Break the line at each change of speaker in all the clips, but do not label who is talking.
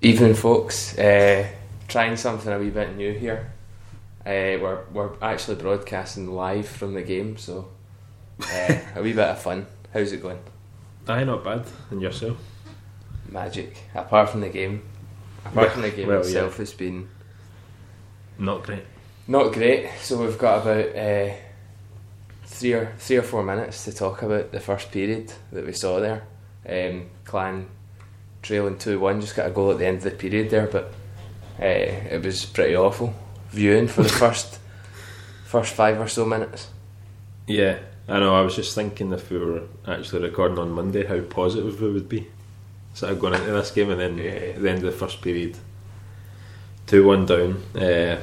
Evening, folks. Uh, trying something a wee bit new here. Uh, we're we're actually broadcasting live from the game, so uh, a wee bit of fun. How's it going?
Aye, not bad. And yourself?
Magic. Apart from the game, apart from the game
Well, yeah.
itself, has been
Not great.
not great. So we've got about uh, three or three or four minutes to talk about the first period that we saw there. Um, Clan trailing two one, just got a goal at the end of the period there, but uh, it was pretty awful viewing for the first first five or so minutes.
Yeah, I know. I was just thinking if we were actually recording on Monday, how positive we would be. Sort of going into this game and then
Yeah.
the end of the first period, two one down. Uh,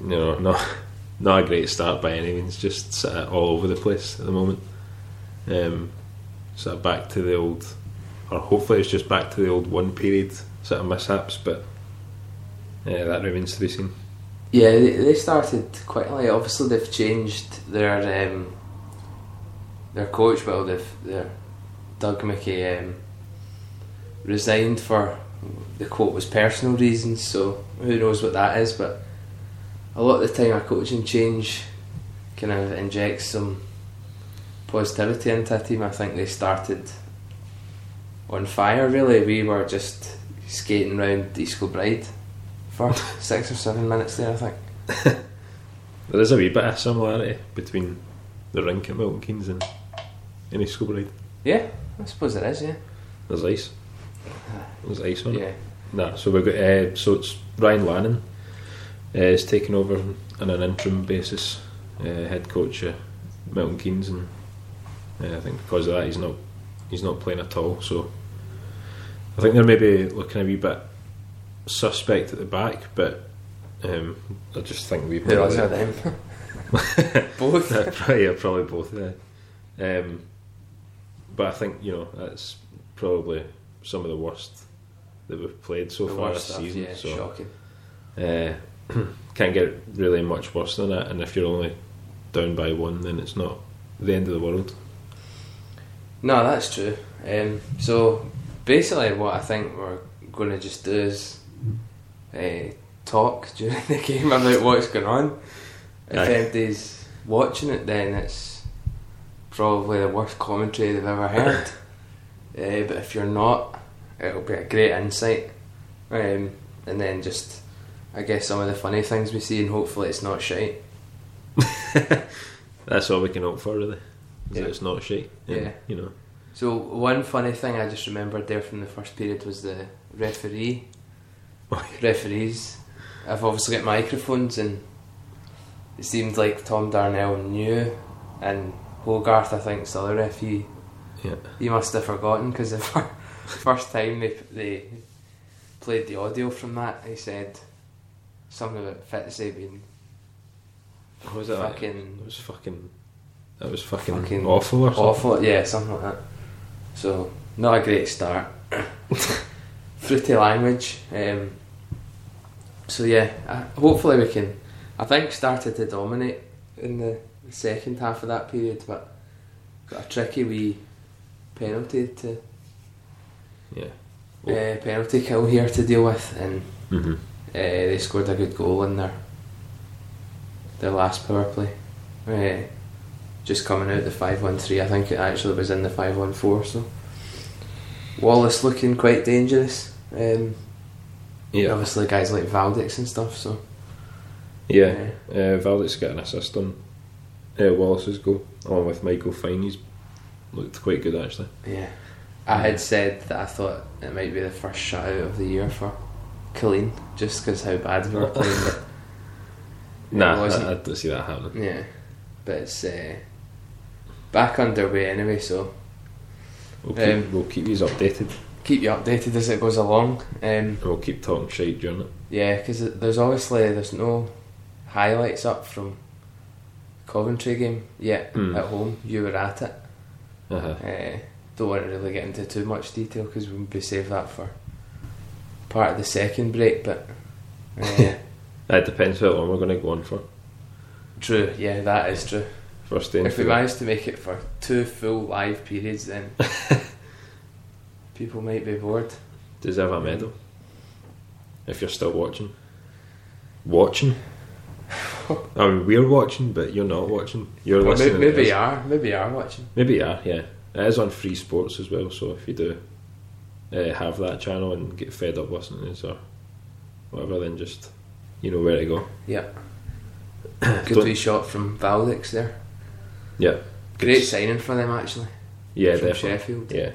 you know, not not a great start by any means. Just sort of all over the place at the moment. Um, sort of back to the old, or hopefully it's just back to the old one period sort of mishaps, but yeah, that remains to be seen.
Yeah, they, they started quite late. Obviously, they've changed their um, their coach. Well, they've their Doug Mickey um, resigned for the quote was personal reasons. So who knows what that is? But a lot of the time, a coaching change kind of injects some positivity into a team. I think they started on fire. Really, we were just skating round East Kilbride for six or seven minutes there. I think.
There is a wee bit of similarity between the rink at Milton Keynes and any school ride.
Yeah, I suppose it is. Yeah,
There's ice. There's ice on it.
yeah.
Nah, so we've got uh, so it's Ryan Lannon uh, is taking over on an interim basis, uh, head coach at Milton Keynes, and uh, I think because of that he's not he's not playing at all. So I think they're maybe looking a wee bit suspect at the back, but um, I just think we've
Who else are them? Both.
yeah, probably, yeah, probably both. Yeah. Um, but I think you know that's probably some of the worst that we've played so
The
far
worst
this
stuff,
season.
yeah,
so
shocking.
uh, can't get really much worse than that. And if you're only down by one, then it's not the end of the world.
No, that's true. Um, so basically, what I think we're going to just do is uh, talk during the game about what's going on. If
Aye.
anybody's watching it, then it's probably the worst commentary they've ever heard. uh, but if you're not, it'll be a great insight. Um, and then just, I guess, some of the funny things we see, and hopefully it's not shite.
That's all we can hope for, really. Is
Yeah.
that it's not shit.
Yeah.
You know.
So one funny thing I just remembered there from the first period was the referee. Referees, I've obviously got microphones, and it seemed like Tom Darnell knew, and Hogarth I think's the other ref. He
Yeah.
he must have forgotten because the fir- first time they they played the audio from that, he said something about Fitzy being
What was it?
fucking
That was fucking. That was fucking,
Fucking
awful. Or something.
awful. Yeah, something like that. So not a great start. Fruity language. Um, so yeah, I, hopefully we can. I think started to dominate in the second half of that period, but got a tricky wee penalty to
Yeah.
uh, penalty kill here to deal with, and
hmm
uh, they scored a good goal in their their last power play. Uh, just coming out the five one three, I think it actually was in the five one four. So Wallace looking quite dangerous. Um,
Yeah.
Obviously, guys like Valdix and stuff. So Eh,
Yeah. Uh, Valdic's got an assist on uh, Wallace's goal, along with Michael Fine. He's looked quite good actually.
yeah. I had said that I thought it might be the first shutout of the year for Colleen, just because how bad we were playing. But
Nah,
it wasn't.
I, I don't see that happening.
yeah, but it's uh, back underway anyway. So
We'll keep,
Um,
we'll keep these updated.
keep you updated as it goes along. Um,
And we'll keep talking shite during it.
yeah, because there's obviously there's no highlights up from Coventry game yet
Hmm.
at home. You were at it.
Uh-huh.
Uh, don't want to really get into too much detail because we'll be save that for part of the second break. But uh,
It depends how long we're going to go on for.
true, yeah, that is true.
First day.
If we manage to make it for two full live periods, then people might be bored.
Deserve a medal. if you're still watching. Watching? I mean, we're watching, but you're not watching. You're
Or maybe,
listening. to
maybe
this.
you are. Maybe you are watching.
Maybe you are, yeah. It is on free sports as well, so if you do uh, have that channel and get fed up listening to this or whatever, then just you know where to go.
Yeah. Good
Don't-
wee shot from Valdix there.
Yeah.
Great signing for them actually.
Yeah,
from
definitely.
Sheffield.
Yeah.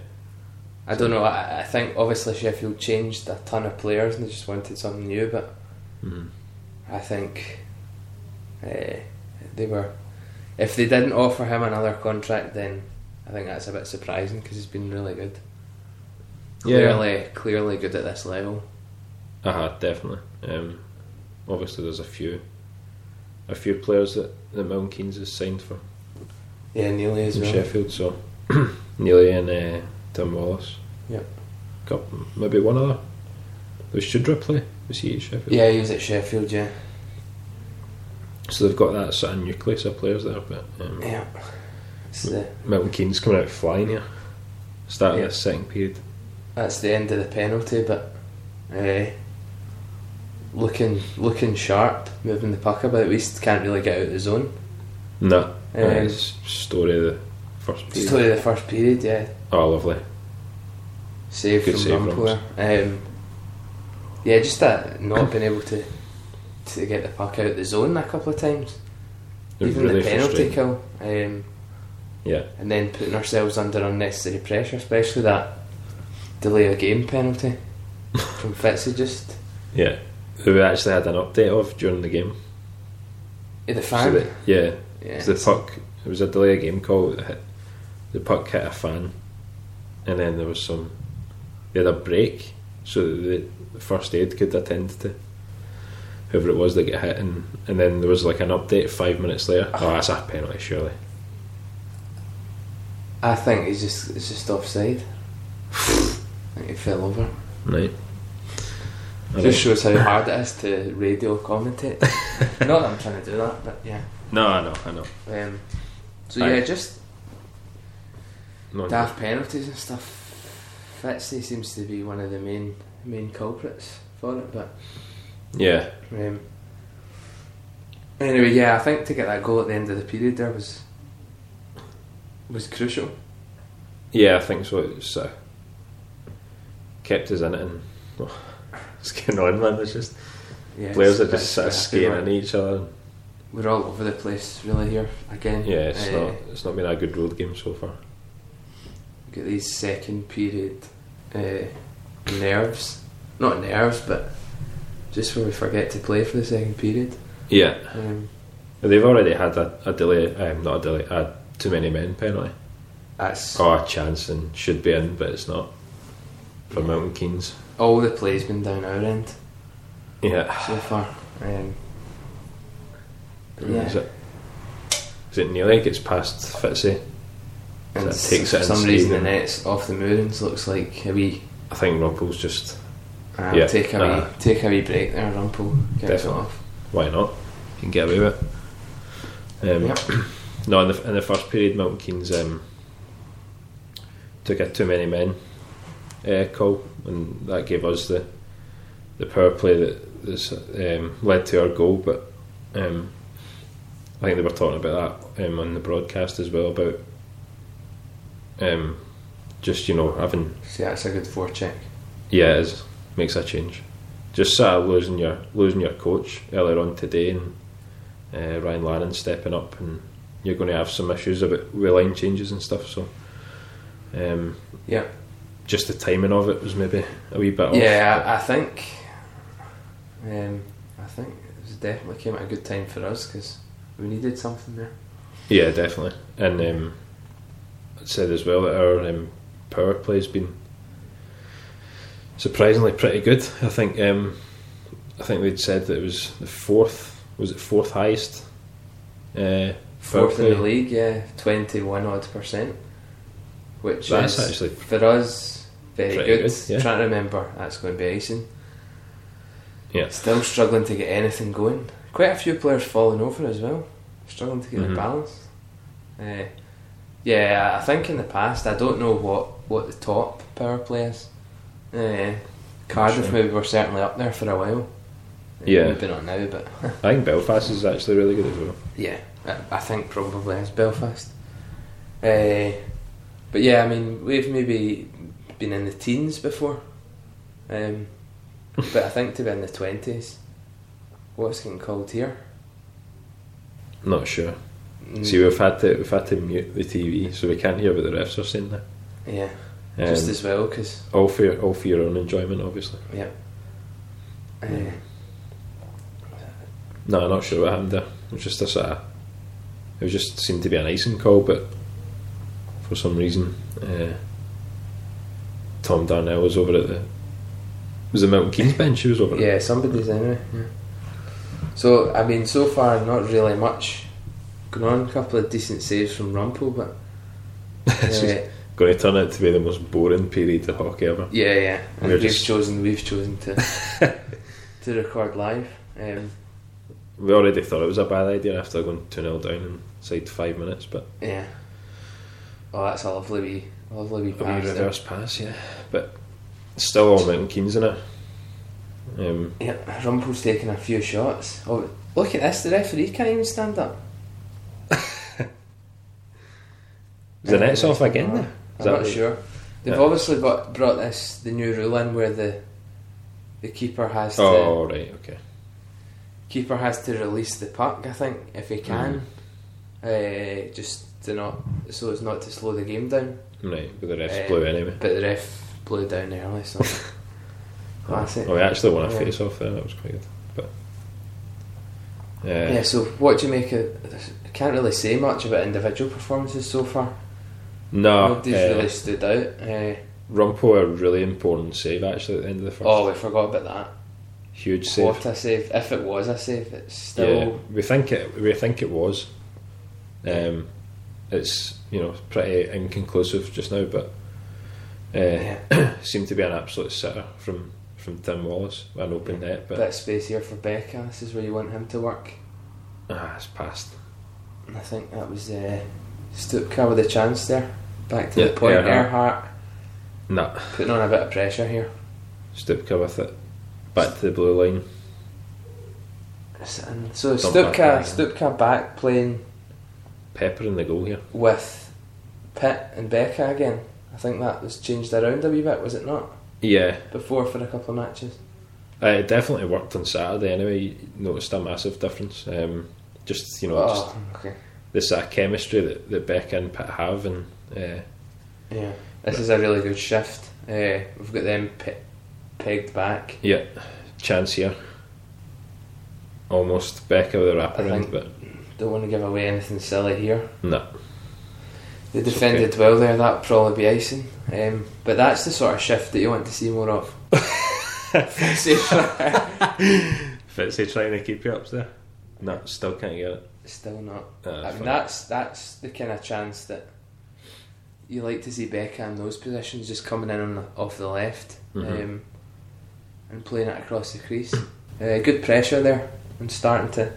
I don't know. I, I think obviously Sheffield changed a ton of players and they just wanted something new, but
Mhm.
I think uh, they were. If they didn't offer him another contract, then I think that's a bit surprising because he's been really good.
Yeah.
Clearly, clearly good at this level.
Aha, Uh-huh, definitely. Um, obviously, there's a few, a few players that that Milton Keynes has signed for
Yeah, Neely as
in
well.
Sheffield. So Neely and uh, Tim Wallace.
Yep.
Couple, maybe one other. Was Shudra play? Was he at Sheffield?
Yeah, he was at Sheffield. Yeah,
So they've got that sort of nucleus of players there, but um,
yeah. It's the,
Milton Keynes coming out flying here, starting
Yeah.
this second period.
that's the end of the penalty, but uh, looking looking sharp, moving the puck about. At least can't really get out of the zone.
No,
Um,
Uh, it's story of the first period.
Story of the first period, yeah.
Oh, lovely.
Save
Good
from
save,
Rumpler. Um, yeah, just that not being able to to get the puck out of the zone a couple of times.
It was
Even
really
the penalty
frustrating.
kill. Um,
Yeah.
and then putting ourselves under unnecessary pressure, especially that delay a game penalty from Fitzy just eh,
Yeah, who we actually had an update of during the game.
in the
So
fan.
that- yeah,
yeah.
so the puck. It was a delay of game call. That hit, the puck hit a fan, and then there was some. They had a break, so that the first aid could attend to whoever it was that got hit, and, and then there was like an update five minutes later.
Ah.
Oh, that's a penalty, surely.
I think he's just it's just offside. I think he fell over.
Right. I
Just
don't-
shows how hard it is to radio commentate. Not that I'm trying to do that, but yeah.
no, I know, I know.
Um, so
Aye.
yeah, just
No,
Daft penalties and stuff. Fitzy seems to be one of the main main culprits for it, but
Yeah,
um, anyway, yeah, I think to get that goal at the end of the period there was was crucial.
yeah, I think so. It's uh, kept us in it, and oh, it's getting on, man. It's just.
Yeah,
Players are
it's-
just sort of
it's-
skating
we're-
at each other.
We're all over the place really here again.
Yeah, it's
Uh,
not it's not been a good road game so far.
Get these second period uh, nerves, not nerves, but just when we forget to play for the second period.
Yeah,
Um,
they've already had a, a delay. Um, not a delay. A too many men penalty.
that's
Oh, a chance and should be in, but it's not for Milton Keynes.
all the play's been down our end.
Yeah,
so far. Um,
is
yeah.
it? Is it nearly gets past Fitzy?
And
that
s-
takes
for
it
some
inside
reason the
and-
net's off the moorings. Looks like a wee.
I think Rumpel's just
Uh,
Yeah,
Take a
uh,
wee. Take a wee break there, Rumpel. Get it
Definitely.
off.
why not? You can get away with it. Um,
Yep.
No, in the, in the first period, Milton Keynes um, took a too many men uh, call, and that gave us the the power play that that's, um, led to our goal. But um, I think they were talking about that um, on the broadcast as well about um, just you know having
See, that's a good four check.
yeah, it is, makes a change. Just sort of losing your losing your coach earlier on today, and uh, Ryan Lannon stepping up, and you're going to have some issues about with line changes and stuff. So, um,
Yeah.
just the timing of it was maybe a wee
Oh.
bit
Yeah,
off.
I, I think. Um, I think it was definitely came at a good time for us because we needed something there.
but- yeah, definitely. And um, I said as well that our um, power play has been surprisingly pretty good. I think um, I think they'd said that it was the fourth was it fourth highest. Uh, power
Fourth in the
play.
league, yeah, twenty-one odd percent, which
That's
is
actually
for us very
pretty
good.
good, yeah.
Trying to remember that's going to be icing.
Yeah.
Still struggling to get anything going. Quite a few players falling over as well. Struggling to get
Mhm.
the balance. Uh, yeah, I think in the past I don't know what, what the top power play is. Uh, Cardiff
Sure.
maybe were certainly up there for a while. Eh,
Yeah.
Maybe not now, but
I think Belfast is actually really good as well.
yeah, I- I think probably is Belfast. Uh, but yeah, I mean, we've maybe been in the teens before, um, but I think to be in the twenties. What's getting called here?
Not sure.
Mm,
See, we've had to we've had to mute the TV, so we can't hear what the refs are saying there.
yeah,
Um,
just as well because
all for your, all for your own enjoyment, obviously.
yeah. Uh,
No, I'm not sure what happened there. It was just a sort of, it was just seemed to be an icing call, but for some reason, uh, Tom Darnell was over at the was the Milton Keynes bench. He was over.
yeah, somebody's anyway. Yeah. So I mean, so far not really much going on. A couple of decent saves from Rumpel, but uh,
going to turn out to be the most boring period of hockey ever.
Yeah, yeah. And
We're
we've
just-
chosen we've chosen to to record live. Um,
We already thought it was a bad idea after going two 0 down inside five minutes, but
yeah. Oh, that's a lovely wee, lovely wee
a wee
pass there.
reverse pass, yeah. But still all Milton Keynes in it. Um,
Yeah, Rumpel's taking a few shots. Oh, look at this! The referee can't even stand up.
is the nets off again? There?
I'm
Is that
not
what-
sure. They've
Yeah.
obviously got brought this the new rule in where the the keeper has to
Oh right, okay.
keeper has to release the puck. I think if he can, uh, just to not so as not to slow the game down.
Right, but the refs
Uh,
blew anyway.
But the ref blew down early, so classic.
Oh, we actually won a
Yeah.
face off there. That was quite good. But uh,
yeah.
yeah,
So what do you make of? I can't really say much about individual performances so far.
no,
Nobody's
uh,
really stood out. Uh,
Rumpo a really important save actually at the end of the first.
oh, we forgot about that.
huge save.
What a save! If it was a save, it's
yeah,
still
we think it. We think it was. Um, it's you know pretty inconclusive just now, but uh,
yeah,
seemed to be an absolute sitter from from Tim Wallace, an open net,
bit
but
of space here for Becca. This is where you want him to work.
ah, it's past.
And I think that was uh, Stupka with a chance there. Back to
Yeah,
the point,
Earhart.
Earhart
Nah,
putting on a bit of pressure here.
Stupka with it. Back to the blue line.
And so
Dump back
Stupka,
in again.
Stupka back playing
Pepper in the goal here.
with Pitt and Becca again. I think that was changed around a wee bit, was it not?
Yeah,
Before for a couple of matches.
Uh, it definitely worked on Saturday anyway. You noticed a massive difference. Um, just you know, just
Oh, okay.
the sort of chemistry that, that Beck and Pitt have, and uh,
Yeah, this is a really good shift. Uh, we've got them pe- pegged back.
yeah, chance here. Almost Becca with a
think-
wraparound, but
Don't want to give away anything silly here.
no.
They
It's
defended well there. That'd probably be icing. Um, but that's the sort of shift that you want to see more of.
Fitzy trying to keep you up there. No, still can't get it.
Still not.
Uh,
I mean,
fuck.
that's that's the kind of chance that you like to see Becca in those positions, just coming in on the, off the left
Mhm.
um, and playing it across the crease. uh, good pressure there, and starting to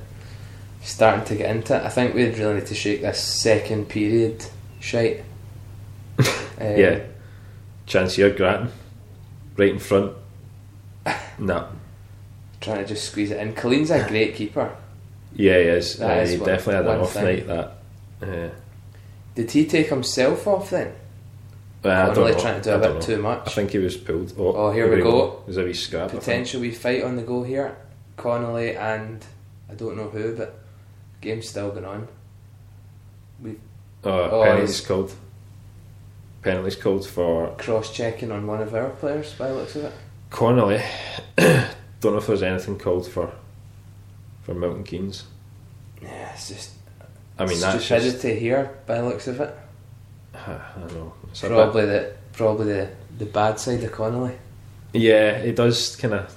starting to get into it. I think we'd really need to shake this second period shite. Um,
Yeah. Chance here, Grattan, right in front. no,
trying to just squeeze it in. Colleen's a great keeper.
yeah, he is.
That
Uh,
is
he
one-
definitely had an
one
off
thing.
night. That. Uh,
Did he take himself off then?
well, I
Or
don't
really
know.
trying to do
I
a
don't
bit
know.
too
I
much.
think he was pulled. Oh,
Oh, here we
we
go.
There's a wee scrap. I think.
potential wee fight on the go here. Connolly and I don't know who, but game's still going on.
Oh,
Oh,
penalty's
he's-
called. Penalty's called for
Cross checking on one of our players by the looks of it.
Connolly. Don't know if there's anything called for for Milton Keynes.
Yeah, it's just
I mean, that's
stupidity
just.
here by the looks of it.
I don't know. It's a bit-
Probably the probably the, the bad side of Connolly.
yeah, he does kind of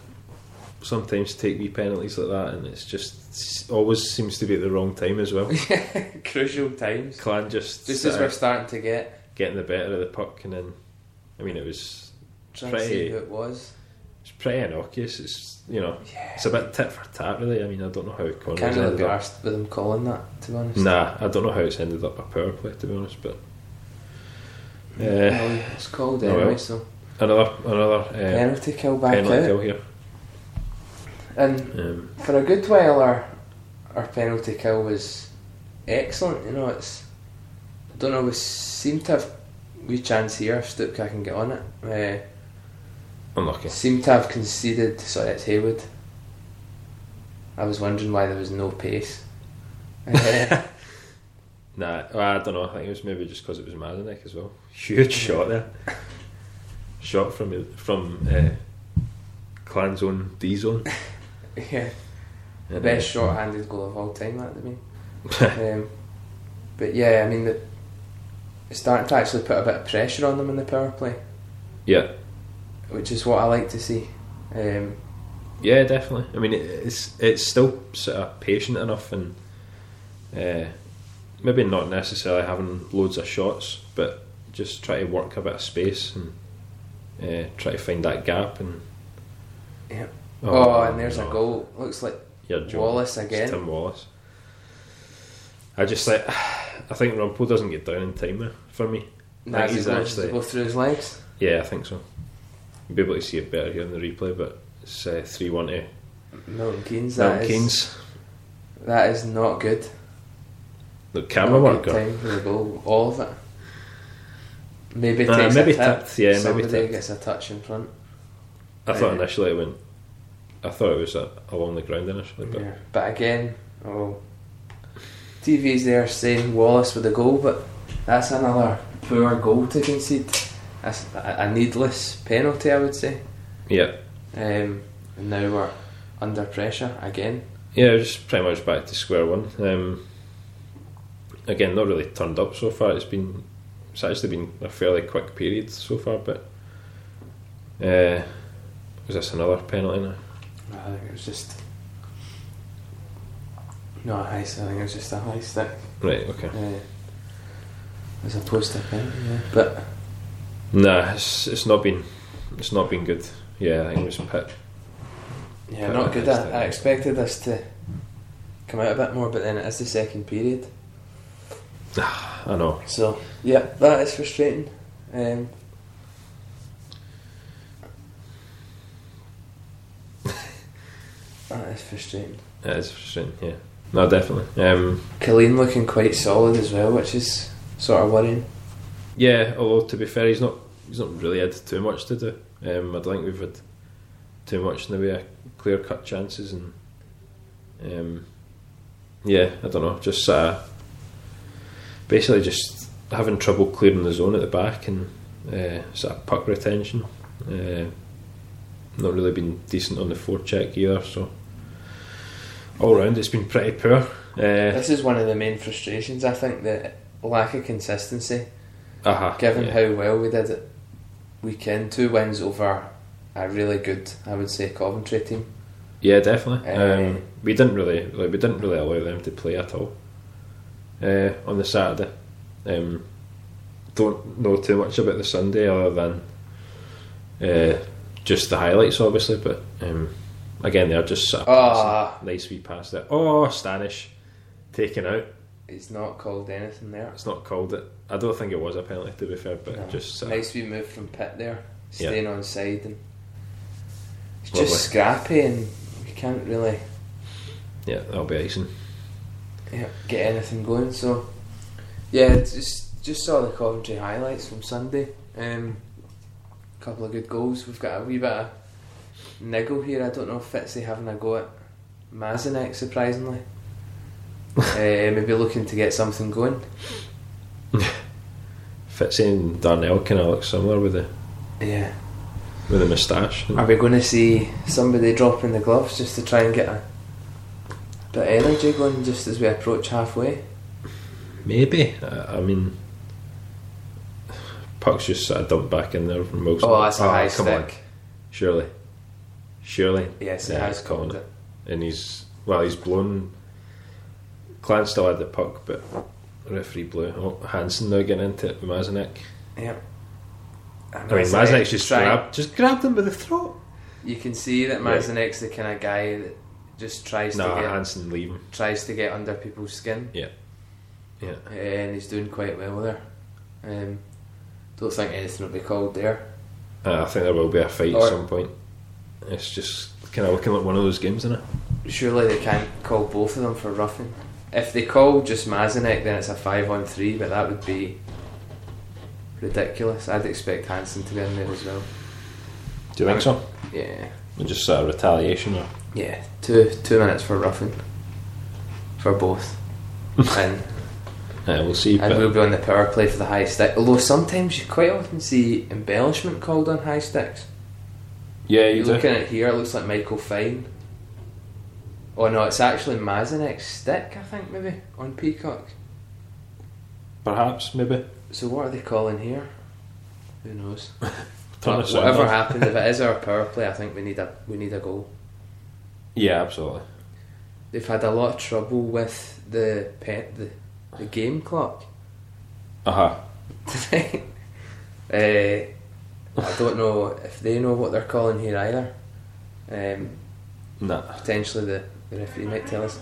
sometimes take wee penalties like that, and it's just always seems to be at the wrong time as well.
Crucial times.
Clan just
Just as
sorta
we're starting to get
getting the better of the puck, and then I mean, it was
trying
Pretty-
to see who it was.
it's pretty innocuous. It's you know, it's a bit tit for tat really. I mean, I don't know how
Kind
Connolly's
of
ended up.
embarrassed with him calling that, to be honest.
Nah, I don't know how it's ended up a power play to be honest, but uh,
Well, it's called
Oh, well.
anyway, so
another another uh,
penalty kill back
penalty
out.
kill here.
And
Um,
for a good while, our our penalty kill was excellent. You know, it's I don't know. We seem to have we chance here if Stuka can get on it. Uh,
unlucky.
Seem to have conceded. Sorry, it's Haywood. I was wondering why there was no pace. Eh,
Nah, well, I don't know. I think it was maybe just because it was Mazenek as well. Huge shot there. shot from from uh, clan zone D zone. uh,
yeah, the best short-handed goal of all time, that would be. um, but yeah, I mean, the, it's starting to actually put a bit of pressure on them in the power play,
Yeah,
which is what I like to see. Um,
yeah, definitely. I mean, it, it's it's still sort of patient enough and uh, maybe not necessarily having loads of shots, but just try to work a bit of space and uh, try to find that gap and.
Yeah. oh, and there's a
no.
goal. Looks like
Your job.
Wallace
It's
again.
Tim Wallace. I just like I think Rumpel doesn't get down in time there for me.
Nah,
he's
he's actually
actually-
go through his legs.
Yeah, I think so. You'll be able to see it better here in the replay, but it's uh, three one to
Milton Keynes. that is-
Mm-hmm. Milton Keynes.
That is not good.
Look,
Not
camera
a
work
good
or
time for the goal, all of it. Maybe
Uh,
takes
maybe
a tip.
tipped, yeah, maybe
Somebody
tipped.
gets a touch in front.
I thought
Uh,
initially it went. I thought it was uh, along the ground initially, but
Yeah. But again, oh, TV's there saying Wallace with a goal, but that's another poor goal to concede. That's a, a needless penalty, I would say.
yeah,
Um, and now we're under pressure again.
yeah, it was just pretty much back to square one. Um, again, not really turned up so far. It's been it's actually been a fairly quick period so far, but uh, was this another penalty now?
I think it was just. No, a high, stick, I think it was just a high stick.
Right, okay.
Uh, as opposed to a penalty, yeah. But
Nah, it's, it's not been it's not been good. Yeah, I think it was pit.
Yeah,
Put
not
it
good.
next to it.
I, I expected us to come out a bit more, but then it is the second period.
I know.
So, yeah, that is frustrating. Um, that is frustrating.
It is frustrating. Yeah, no, definitely. Um,
Killeen looking quite solid as well, which is sort of worrying.
yeah, although to be fair, he's not he's not really had too much to do. Um, I don't think we've had too much in the way of clear cut chances and um, yeah, I don't know, just uh, basically just having trouble clearing the zone at the back and uh, sort of puck retention. Uh, not really been decent on the forecheck either, so all round it's been pretty poor. Uh,
This is one of the main frustrations, I think, the lack of consistency.
aha,
Given
yeah.
how well we did it weekend, two wins over a really good, I would say, Coventry team.
Yeah, definitely.
Uh,
um, we didn't really like we didn't really allow them to play at all uh, on the Saturday. Um, don't know too much about the Sunday other than uh, just the highlights, obviously. But um, again, they're just sort of
Ah.
passing. nice wee pass there. Oh, Stanish taken out.
It's not called anything there.
It's not called it. I don't think it was a penalty to be fair, but
No.
just sort of-
nice wee move from Pitt there,
Yeah.
staying on side and it's
Lovely.
just scrappy and we can't really
yeah, that'll be icing.
yeah, get anything going. So yeah, just just saw the Coventry highlights from Sunday. Um, couple of good goals. We've got a wee bit of niggle here. I don't know if Fitzy having a go at Mazinek surprisingly. uh, maybe looking to get something going.
Fitzy and Darnell kind of look similar with the
Yeah.
with the moustache.
Are we going to see somebody dropping the gloves just to try and get a bit of energy going just as we approach halfway?
Maybe. I, I mean, puck's just sort of dumped back in there from Wilson.
Oh, that's a high
Ah, come
stick.
on. Surely. Surely.
Yes, it
Yeah,
has
it's gone.
called it.
And he's, well, he's blown. Clan still had the puck, but referee blew. Oh, Hansen now getting into it with Mazanek.
Yep.
I mean, Mazanek's just
trying-
grabbed, just grabbed him by the throat.
You can see that
Yeah.
Mazanek's the kind of guy that just tries
No,
to get
Hansen leave him.
tries to get under people's skin,
Yeah.
and he's doing quite well there. Um, don't think anything will be called there.
Uh, I think there will be a fight
Or-
at some point. It's just kind of looking like one of those games, isn't it?
Surely they can't call both of them for roughing. If they call just Mazanek, then it's a five on three, but that would be ridiculous. I'd expect Hansen to be in there as well.
Do you think so?
Yeah,
Just sort of retaliation, or
yeah. Two two minutes for roughing for both, and
yeah, uh, we'll see.
and
but-
we'll be on the power play for the high stick. Although sometimes you quite often see embellishment called on high sticks.
yeah, you
You're
do.
looking at it here, it looks like Michael Fine. Oh no, it's actually Mazanek's stick, I think maybe on Peacock.
Perhaps, maybe.
So what are they calling here? Who knows?
Turn
But
us around.
whatever happens, if it is our power play, I think we need a we need a goal.
Yeah, absolutely.
They've had a lot of trouble with the pet the, the game clock
Uh huh.
tonight. uh, I don't know if they know what they're calling here either. Um,
Nah.
potentially the, the referee might tell us.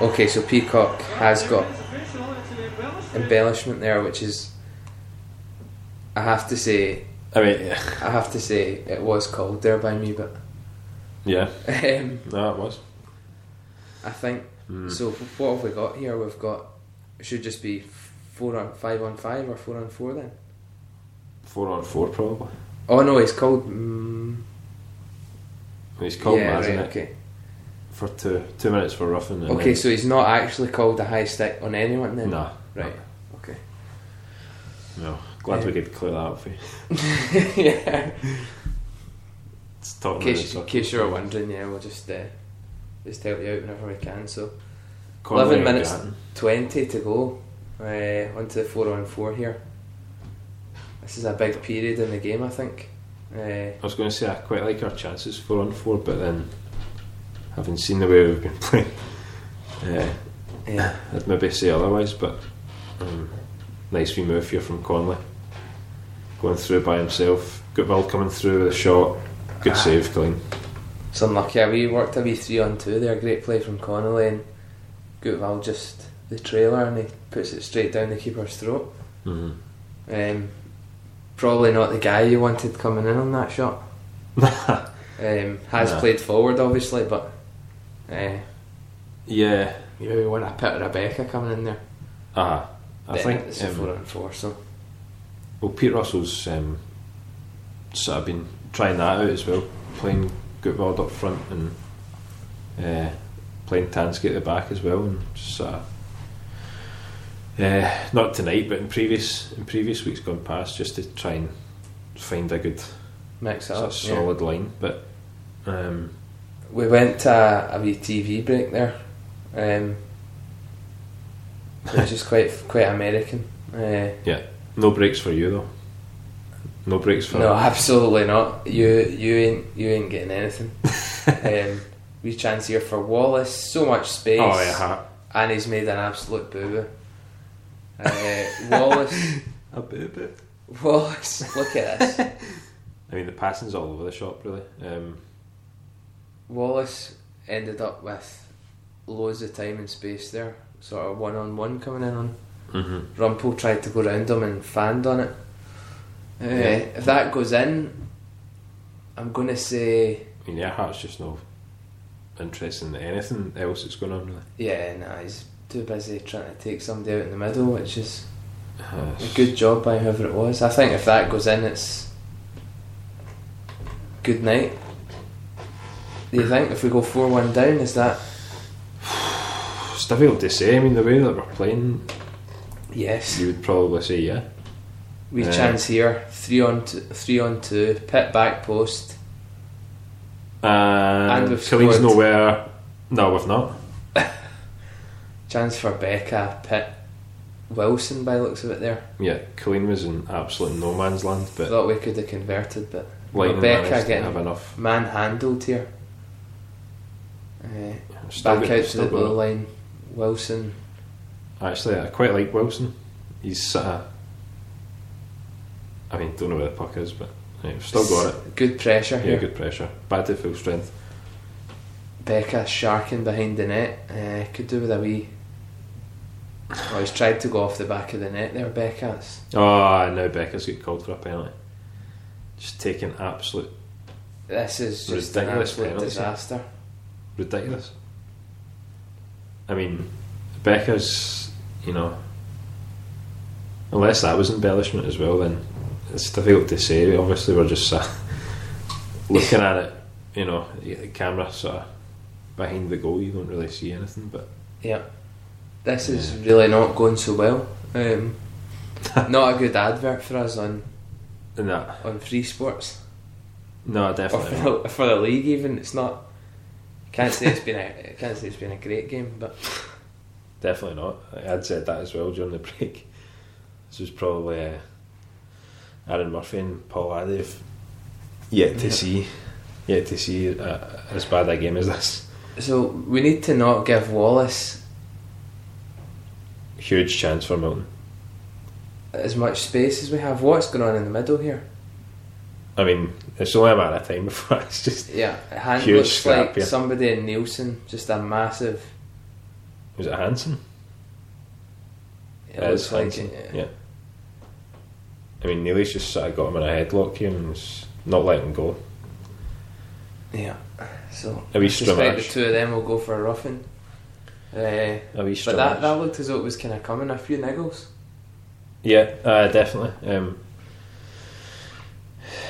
Okay, so Peacock has got embellishment there, which is. I have to say,
I mean,
I have to say, it was called there by me, but
yeah,
um,
no, it was.
I think.
Hmm.
So what have we got here? We've got it should just be four on five on five or four on four then.
Four on four, probably.
Oh no, it's called. Mm,
He's called
yeah,
Mazinek
right, okay.
for two two minutes for roughing. And
Okay,
then,
so he's not actually called a high stick on anyone then.
nah,
Right. Okay.
no. Glad we could clear that up for you.
yeah.
It's
In
top of
case,
the
in case you were wondering, yeah, we'll just uh, just help you out whenever we can. So
Conway
11
and
minutes.
Gatton.
twenty to go. Uh, onto the four on four here. This is a big period in the game, I think. Uh,
I was going to say I quite like our chances four on four, but then having seen the way we've been playing, uh,
yeah.
I'd maybe say otherwise. But um, nice wee move here from Conley, going through by himself. Good ball coming through with a shot.
Ah.
Good save, clean.
It's unlucky. We worked a wee three on two there. Great play from Connolly and Gutval just the trailer and he puts it straight down the keeper's throat.
Mm-hmm.
Um, probably not the guy you wanted coming in on that shot. um, has
No.
played forward obviously, but uh,
Yeah.
you maybe want a bit of Rebecca coming in there.
Uh-huh. I
But
think
it's a
um,
four on four, so
well Pete Russell's um, sort of been trying that out as well, playing Gutvard up front and uh, playing Tansky at the back as well, and just sort of, uh, not tonight, but in previous in previous weeks gone past, just to try and find a good
mix it
sort
up.
of
Oh, yeah.
solid line. But um,
We went to a, a wee TV break there, um, which is quite quite American. Uh,
no breaks for you though. No breaks for Oh,
No, absolutely not. You you ain't you ain't getting anything. um, we chance here for Wallace. So much space.
Oh yeah, ha-
And he's made an absolute boo boo. Uh, Wallace,
a bit, bit.
Wallace, look at this.
I mean the passing's all over the shop really. Um,
Wallace ended up with loads of time and space there, sort of one on one coming in on.
mhm.
Rumpel tried to go round him and fanned on it. Uh,
Yeah.
If that goes in, I'm gonna say
I mean, Earhart's just no interest in anything else that's going on, really.
Yeah, nah, he's too busy trying to take somebody out in the middle, which is
Uh,
a good job by whoever it was. I think if that goes in, it's good night. Do you think if we go four one down, is that
It's difficult to say. I mean, the way that we're playing,
yes?
you would probably say yeah.
We
Yeah.
chance here three on two, three on two, pit back post.
And,
And we've
Colleen's
scored.
nowhere. No, we've not.
Chance for Becca, Pitt, Wilson by the looks of it there.
Yeah, Colleen was in absolute no man's land, but
Thought we could have converted, but
Lightning
Rebecca
managed to
getting-
have enough.
manhandled here. Uh,
Still
back
got-
out to
still
the
got
blue line, Wilson.
it. Actually, I quite like Wilson. He's sort of. I mean, don't know where the puck is, but yeah, we've still got it.
Good pressure
Yeah,
here.
good pressure. Back to full strength.
eh, Becca sharking behind the net. Uh, could do with a wee Oh, he's tried to go off the back of the net there, Beckas.
Oh, now Becker's got called for a penalty. Just taking absolute
This is just an
Ridiculous
absolute
penalty.
disaster.
ridiculous. I mean, Becker's, you know, unless that was embellishment as well, then it's difficult to say. Obviously, we're just uh, looking at it, you know, you get the camera sort of behind the goal, you don't really see anything, but
This is really not going so well. Um, not a good advert for us on,
no,
on Free Sports.
no,
Or
definitely. not.
for, the, for the league even. It's not... Can't say it's been a can't say it's been a great game, but
Definitely not. I'd said that as well during the break. This was probably uh, Aaron Murphy and Paul Adey have yet to
Yeah.
see, yet to see uh, as bad a game as this.
so we need to not give Wallace
Huge chance for Milton.
as much space as we have. What's going on in the middle here?
I mean, it's only a matter of time before it's just
Yeah, Hand
Huge
looks
scrap,
like
yeah.
somebody in Nielsen, just a massive.
was it Hanson?
It looks like it, yeah.
yeah. I mean, Neely's just sort of got him in a headlock here and was not letting him go.
Yeah. So
A wee
I suspect the
scrimmage.
two of them will go for a roughing. Uh,
A wee
but
scrimmage.
that, that looked as though it was kind of coming. A few niggles.
Yeah, uh, definitely. Um,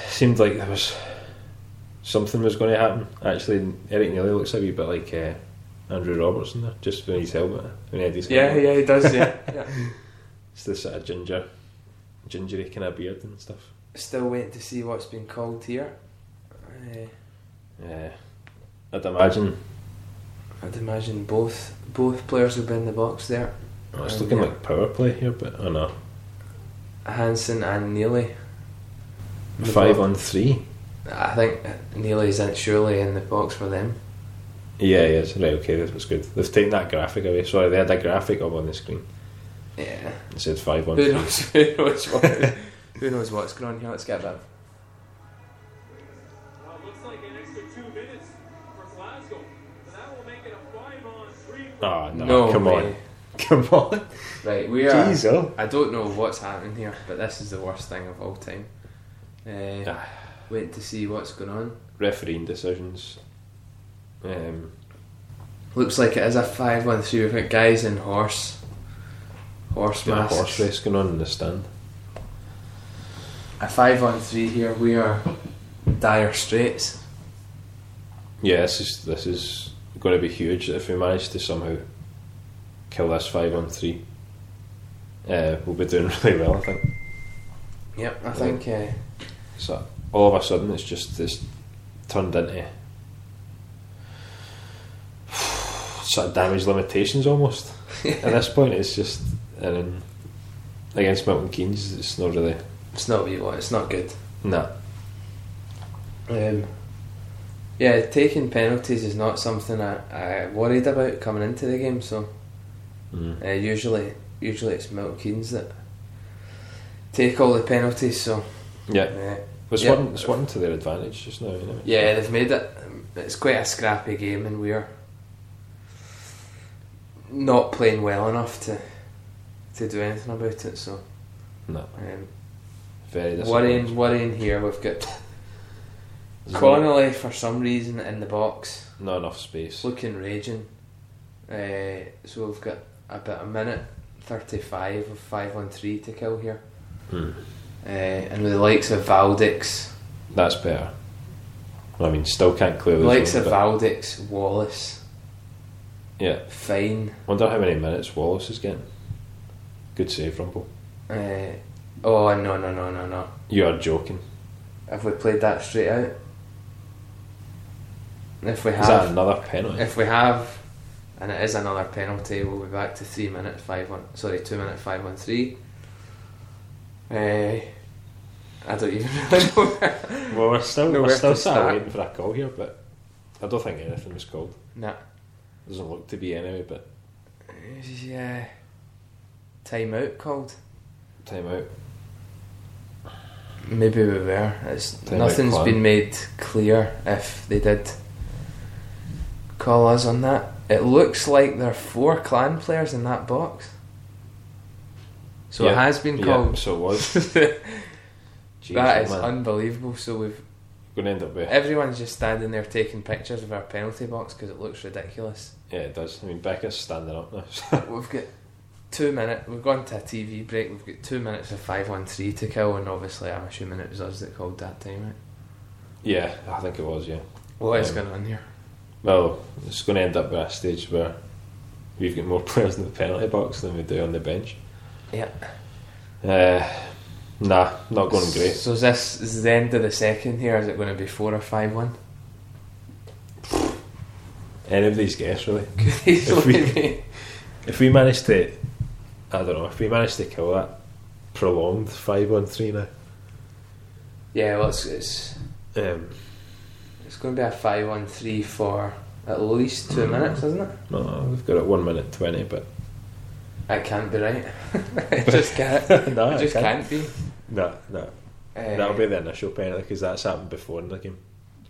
seemed like there was something was going to happen. Actually, Eric Neely looks a wee bit like uh, Andrew Robertson there, just when he's helmet, when he had his
Yeah,
helmet.
yeah, he does. Yeah. yeah.
It's the sort of ginger, gingery kind of beard and stuff.
Still waiting to see what's been called here. Uh,
Yeah, Uh, I'd imagine.
I'd imagine both both players will be in the box there,
Oh, it's
Um,
looking
yeah.
like power play here, but oh no,
Hansen and Neely. The
five
ball-
on three.
I think Neely's in surely in the box for them.
Yeah, yeah, it's right. Okay, this was good. They've taken that graphic away. Sorry, they had a graphic up on the screen.
Yeah.
It said five on
Who
three.
knows? Who knows what? who knows what's going on here? Let's get a bit. of-
Well, it looks like an extra two minutes for Glasgow. So that will make it a five on three.
Oh no!
no,
come
way.
on, come on.
Right, we are.
Jeez, oh.
I don't know what's happening here, but this is the worst thing of all time. Uh, Wait to see what's going on.
refereeing decisions. Um,
Looks like it is a 5 1 3 with it. guys in horse. Horse
got a
masks.
horse race going on in the stand.
A 5 1 3 here. We are dire straits.
Yeah, this is this is going to be huge if we manage to somehow kill this five on three. Uh, we'll be doing really well, I think.
Yep, I think. Uh,
So all of a sudden, it's just it's turned into sort of damage limitations almost. At this point, it's just and then against Milton Keynes, it's not really
it's not what you want, it's not good.
nah.
Um, yeah, taking penalties is not something I, I worried about coming into the game, so.
Mm.
Uh, usually, usually it's Milton Keynes that take all the penalties. So
Yeah,
uh,
it's
Yeah.
one it's one to their advantage just now. Anyway.
yeah, they've made it. It's quite a scrappy game, and we're not playing well enough to to do anything about it. So
No,
um,
very disappointing.
worrying, worrying here. We've got
There's
Connolly for some reason in the box,
Not, not enough space.
looking raging. Uh, so we've got about a minute thirty-five of five on three to kill here.
Hmm.
Uh, and with the likes of Valdix,
That's better. I mean, still can't clear
the
the
likes
zone,
of
but-
Valdix, Wallace,
Yeah,
Fine.
wonder how many minutes Wallace is getting. Good save, Rumble.
Uh, oh no no no no no!
You are joking.
Have we played that straight out? If we
Is that
have,
another penalty?
if we have, and it is another penalty, we'll be back to three minute five one. Sorry, two minute five one three. Uh, I don't even really know. where-
well, we're still
No,
we're
we're
still
at the
sort of
start.
waiting for a call here, but I don't think anything was called.
nah.
Doesn't look to be anyway. But
Yeah. Time out called.
time out.
Maybe we were. It's
They
nothing's
might plan.
been made clear if they did call us on that. It looks like there are four clan players in that box. So it
Yeah.
has been
Yeah,
called.
so it was. Jeez, oh,
that is
man.
unbelievable. So we've
going to end up with.
everyone's just standing there taking pictures of our penalty box because it looks ridiculous.
Yeah, it does. I mean, Becca's standing up now. so-
We've got two minutes. We've gone to a TV break. We've got two minutes of five one three to kill, and obviously, I'm assuming it was us that called that time. Right?
yeah, I think it was, yeah.
What is
Um,
going on here?
Well, it's going to end up with a stage where we've got more players in the penalty box than we do on the bench.
Yeah.
Uh, nah, not going great.
So is this is the end of the second here? Is it going to be four or five one?
Anybody's guess, really.
If
we- If we manage to, I don't know, if we manage to kill that prolonged 5 1 3 now,
yeah, well, it's it's,
um,
it's going to be a five one three for at least
Hmm.
two minutes, isn't it?
no, we've got it 1 minute 20, but.
It can't be right. it just can't. It
no,
just
it
can't be.
No, no.
Uh,
Ah, That'll be the initial penalty because that's happened before in the game.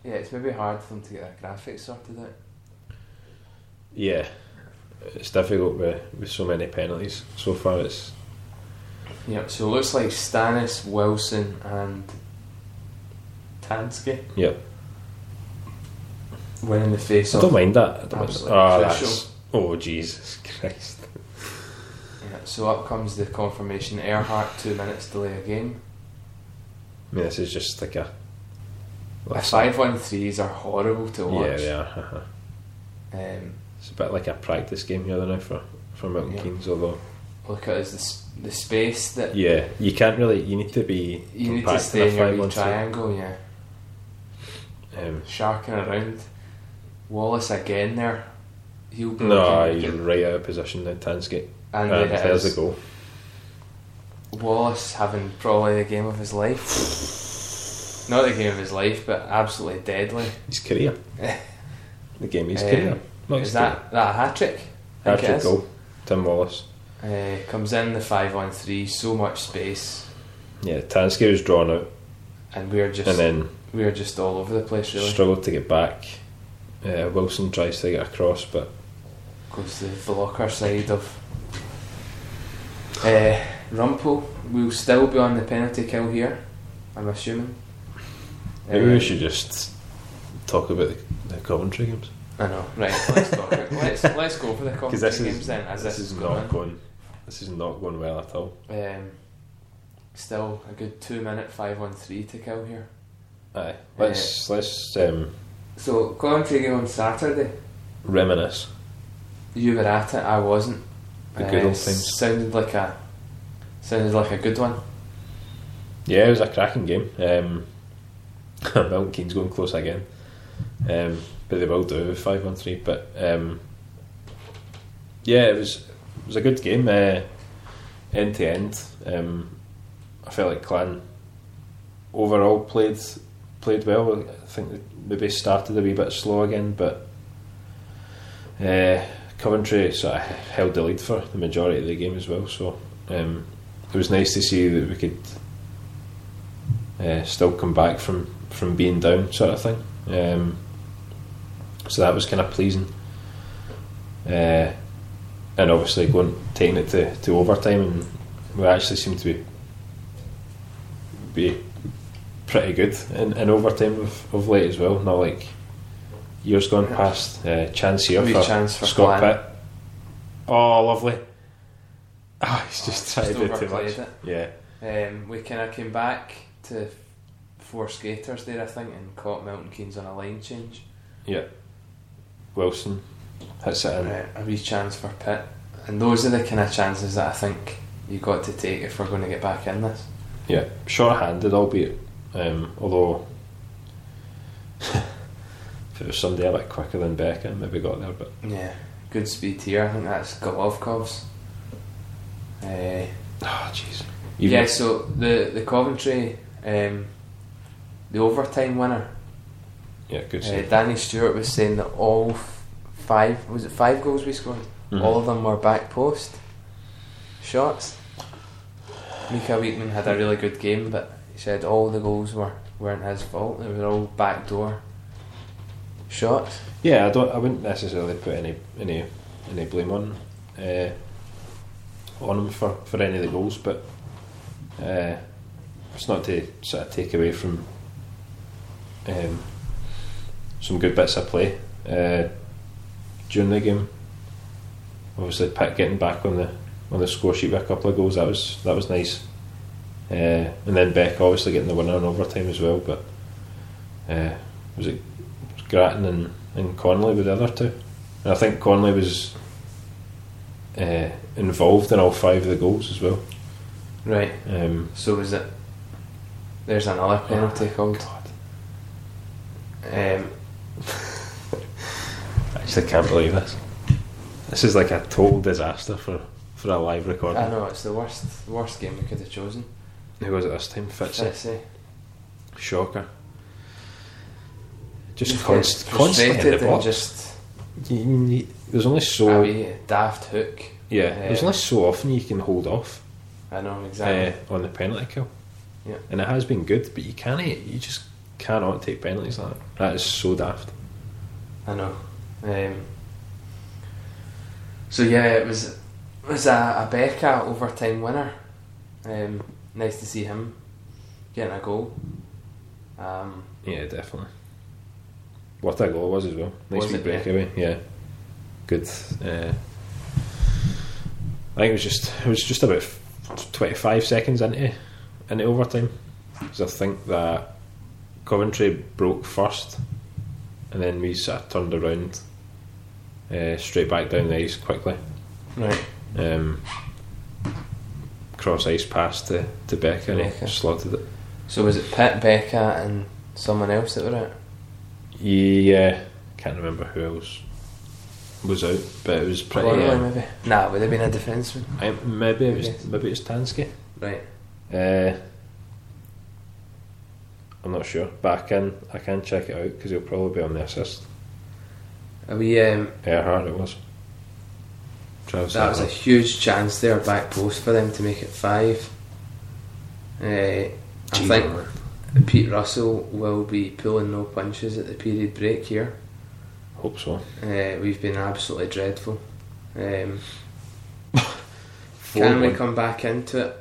Yeah, it's maybe hard for them to get their graphics sorted out.
Yeah, it's difficult with, with so many penalties. So far, it's.
Yeah, so it looks like Stannis, Wilson, and Tansky
Yep.
winning the face
I
off.
don't mind that. I don't mind that.
Absolutely
Oh,
crucial.
that's, oh, Jesus Christ.
Yeah, so up comes the confirmation. Earhart, two minutes delay again.
I mean, this is just like a.
The five one threes are horrible to
Yeah,
watch.
they are. uh-huh.
Um,
It's a bit like a practice game here now for, for Milton
Yeah.
Keynes, although.
look at us, the, s- the space that
Yeah, you can't really. You need to be.
you need to
compact
stay in your wee
5-1-3.
triangle. Yeah,
Um,
sharking around. Wallace again there. He'll be
no,
looking-
he's right out of position now, Tansky.
and
And
it
there's
is
the goal.
Wallace having probably the game of his life. Not the game of his life, but absolutely deadly.
His career. the game of his
Um,
career. Not
Is
his
that that a hat trick? I think it
Patrick
is.
goal. Tim Wallace.
Uh, comes in the five on three, so much space,
Yeah, Tansky was drawn out
and we're just
and then
we're just all over the place. Really
struggled to get back. Uh, Wilson tries to get across, but
goes to the blocker side of uh, Rumpel. We'll still be on the penalty kill here. I'm assuming.
maybe
Uh,
we should just talk about the, the Coventry games.
I know. Right. Let's talk. it. let's let's go for the Coventry games then, as this, is going.
not going. This is not going well at all.
Um, still a good two minute five on three to kill here.
Aye, let's let's um,
So Coventry game on Saturday.
reminisce.
You were at it, I wasn't. Eh,
The good old times.
Sounded like a sounded like a good one.
Yeah, it was a cracking game. Um, Milton Keynes going close again, um, but they will do five one three. But um, yeah, it was it was a good game uh, end to end. Um, I felt like Clan overall played played well. I think they maybe started a wee bit slow again, but uh, Coventry sort of held the lead for the majority of the game as well. So um, it was nice to see that we could uh, still come back from, from being down, sort of thing. Um, so that was kind of pleasing. Uh, and obviously, going taking it to, to overtime, and we actually seemed to be be pretty good in, in overtime of, of late as well. Not like years gone past. Uh, chance here
Wee
for,
chance for
Scott
Glenn.
Pitt. Oh, lovely. Oh, he's just trying
Just
to do too
overplayed
much. Yeah.
Um, we kind of came back to f- four skaters there, I think, and caught Milton Keynes on a line change.
Wilson hits it in.
Uh, a wee chance for Pitt, and those are the kind of chances that I think you got to take if we're going to get back in this.
Yeah, short-handed, albeit. Um, although, if it was somebody a bit quicker than Beckham, maybe got there. But
Yeah, good speed here. I think that's Golovkov's. Uh,
ah, jeez. Even-
yeah, so the the Coventry, um, the overtime winner,
Yeah, good
uh,
save.
Danny Stewart was saying that all f- five was it five goals we scored,
Mhm.
all of them were back post shots. Mika Weekman had a really good game, but he said all the goals were weren't his fault. They were all backdoor shots.
Yeah, I don't. I wouldn't necessarily put any any any blame on uh, on him for, for any of the goals, but uh, it's not to sort of take away from um, some good bits of play uh, during the game. Obviously, Pitt getting back on the on the score sheet with a couple of goals that was that was nice, uh, and then Beck obviously getting the winner in overtime as well. But uh, was it Grattan and, and Conley with the other two? And I think Conley was uh, involved in all five of the goals as well.
Right.
Um,
So was it? There's another penalty called. Um,
I actually can't believe this. This is like a total disaster for, for a live recording.
I know it's the worst worst game we could have chosen.
Who was it this time? Fitzy.
Fitzy.
Shocker. Just
Just
const-
get
constant in the
frustrated and
box.
just
You- you- there's only so
a wee daft hook.
yeah.
uh,
there's only so often you can hold off
I know exactly.
uh, on the penalty kill.
Yeah.
And it has been good, but you can't. You just cannot take penalties like that. That is so daft.
I know. Um, so yeah, it was it was a, a Becca overtime winner. Um, nice to see him getting a goal. Um,
Yeah, definitely. What a goal was as well. Nice
Was
wee
it, yeah.
breakaway. Yeah. Good. Uh, I think it was just it was just about twenty five seconds into into overtime because I think that Coventry broke first, and then we sort of turned around, uh, straight back down the ice quickly.
right.
Um, cross ice pass to to Becca and he
Becca.
slotted it.
So was it Pitt, Becca, and someone else that were out?
Yeah, uh, can't remember who else was out, but it was pretty.
Conley,
uh,
maybe. Nah, would have been a defenseman.
I, maybe it
Yes.
was maybe it was Tansky.
Right.
Uh, I'm not sure, but I can I can check it out because he'll probably be on the assist.
Are we? Um,
Earhart it was. Travis
that was a
Earhart.
huge chance there, back post for them to make it five. Uh, I
Gee,
think
man.
Pete Russell will be pulling no punches at the period break here.
Hope so.
Uh, we've been absolutely dreadful. Um,
Four
can we
one.
come back into it?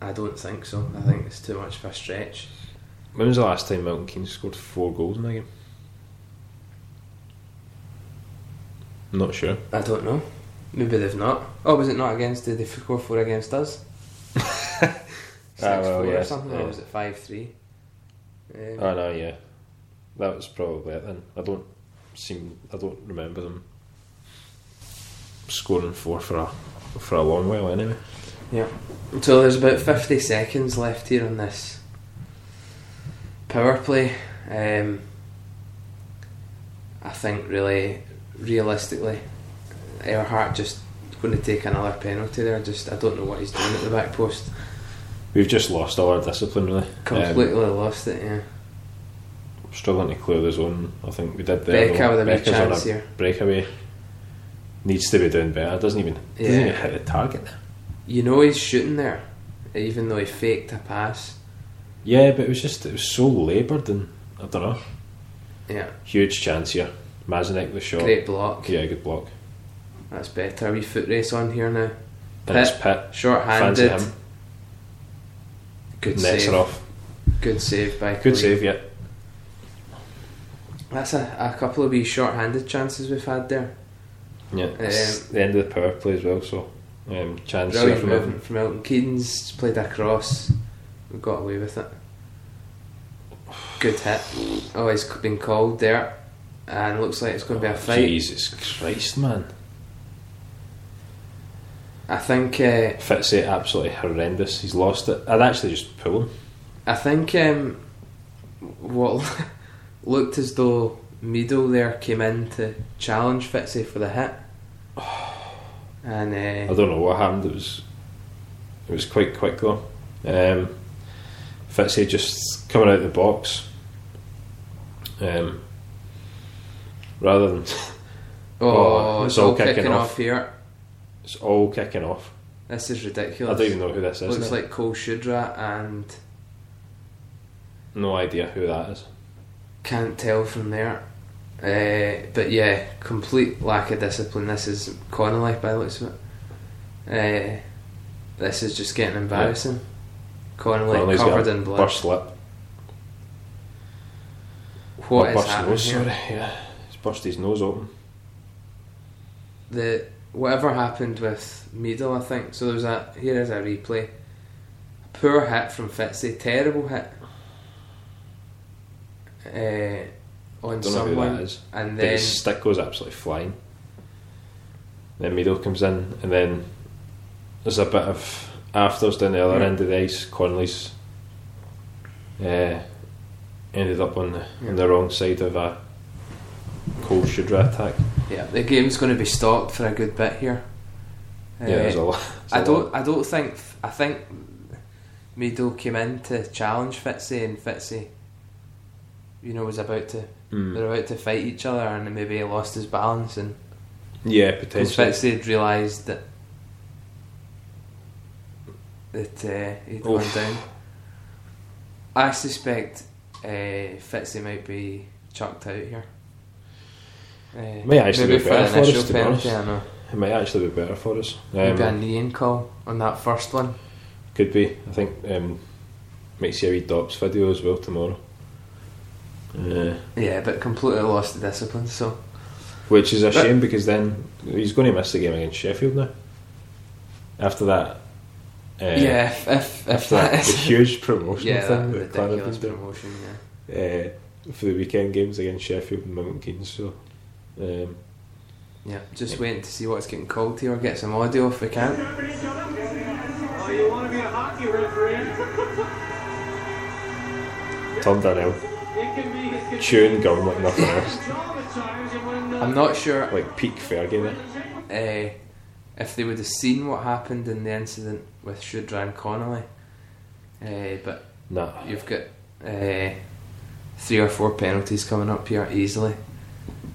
I don't think so. I think it's too much of a stretch.
When was the last time Milton Keynes scored four goals in a game? I'm not sure.
I don't know. Maybe they've not. Oh, was it not against? Did they score four against us? Six
Ah, well,
four
yeah,
or something,
yeah.
or was it five three? Um,
Oh no, yeah, that was probably it then. I don't seem, I don't remember them scoring four for a for a long while anyway.
So there's about 50 seconds left here on this power play. Um, I think really, realistically, Earhart just going to take another penalty there. Just I don't know what he's doing at the back post.
We've just lost all our discipline really.
Completely lost it. Yeah,
Um, struggling to clear the zone. I think we did there.
Becca with a big
Becca's on
chance here.
breakaway. Needs to be doing better. Doesn't even doesn't
Yeah.
even hit the target.
You know he's shooting there, even though he faked a pass.
Yeah, but it was just it was so laboured and I don't know.
Yeah,
Huge chance here. Mazanek the shot.
great block.
Yeah, good block.
That's better. We foot race on here now.
And it's
Pitt.
Pitt. Fancy
Short-handed.
him.
Good
Nets
save.
her off.
Good save by
Good
Clean.
save, yeah.
That's a, a couple of wee short-handed chances we've had there.
Yeah,
Um,
it's the end of the power play as well, so um, chance there
Brilliant
from
movement from Elton Keynes, played across, we got away with it. Good hit. Oh, he's c- been called there, and looks like it's going to
Oh,
be a fight.
Jesus Christ, man!
I think. Uh,
Fitzy absolutely horrendous. He's lost it. I'd actually just pull him.
I think um, what looked as though Meadle there came in to challenge Fitzy for the hit,
I
and uh,
don't know what happened. It was it was quite quick though. Um, Fitzy just coming out of the box. Um, rather than
oh, it's all kicking,
off.
off here.
it's all kicking off.
This is
I
ridiculous.
don't even know who this is.
Looks
now.
like Cole Shudra and
no idea who that is.
can't tell from there. Eh, Uh, but yeah, complete lack of discipline. This is Connolly by the looks of it. Uh, this is just getting embarrassing. Connolly
Connolly's got
covered
a
in blood.
Burst lip.
What
Oh,
is
burst
happening
nose,
here?
sorry. Yeah. He's burst his nose open.
the whatever happened with Meadle, I think. So there's a here is a replay. Poor hit from Fitzy, terrible hit. Uh, on
I don't know who that
someone,
is.
and
But
then
his stick goes absolutely flying. Then Meadow comes in, and then there's a bit of afters down the other
Yeah.
end of the ice. Conley's uh, ended up on the,
Yeah.
on the wrong side of a cold Shudra attack.
yeah, the game's going to be stopped for a good bit here.
Yeah,
Uh,
there's a lot.
I don't. I don't think. I think Meadle came in to challenge Fitzy, and Fitzy, you know, was about to. They
Mm.
were about to fight each other, and maybe he lost his balance, and
Yeah,
Because
potentially.
Fitzy had realised that that uh, he'd gone
Oof.
down. I suspect uh, Fitzy might be chucked out here. Uh,
May actually
maybe
be
for
better
an
for us,
initial
to be
penalty,
honest.
I know.
It might actually be better for us.
Maybe a
Um,
knee-in call on that first one.
could be. I think um, might see a wee Dops video as well tomorrow. Uh,
Yeah, but completely lost the discipline. So
Which is a
But-
shame because then he's going to miss the game against Sheffield now. After that, uh,
yeah, if if, if
after that,
that
the
is
huge promotion
yeah, that would
thing
be
that Clara
ridiculous
did do,
promotion. Yeah,
uh, for the weekend games against Sheffield and Milton Keynes. So, um,
yeah. Just waiting to see what's getting called here. Get some audio if we can.
Oh, you want to be a hockey referee?
turned that out,
It can be his good
chewing gum like nothing else,
job at times, and when uh,
I'm not sure
like peak Fergie. There.
uh, if they would have seen what happened in the incident with Shudra and Connolly. Uh, but
Nah,
you've got uh, three or four penalties coming up here easily.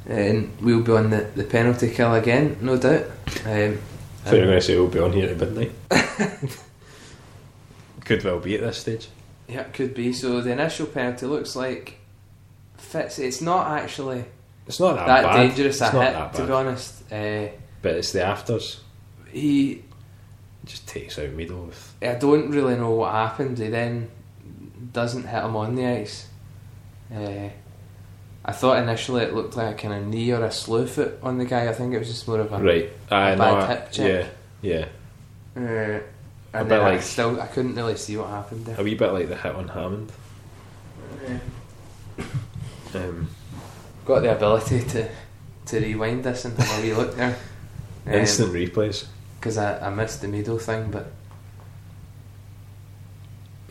Eh, And we'll be on the, the penalty kill again, no doubt. Um,
I thought you were going to say we'll be on here at midnight. Could well be at this stage.
yeah, it could be. So the initial penalty looks like fits. It's not actually
It's not that,
that
bad.
dangerous
it's
a
not
hit,
that
to
bad.
be honest. Uh,
But it's the afters.
he
It just takes out middle with
I don't really know what happened. He then doesn't hit him on the ice. Uh, I thought initially it looked like a kind of knee or a slow foot on the guy. I think it was just more of a
Right. I
a
know.
bad
I-
hip check.
Yeah, yeah.
Uh, and
A
then
bit
I
like-
still I couldn't really see what happened there.
A wee bit like the hit on Hammond. Um,
Got the ability to to rewind this and have a wee look there.
instant replays.
because I, I missed the middle thing, but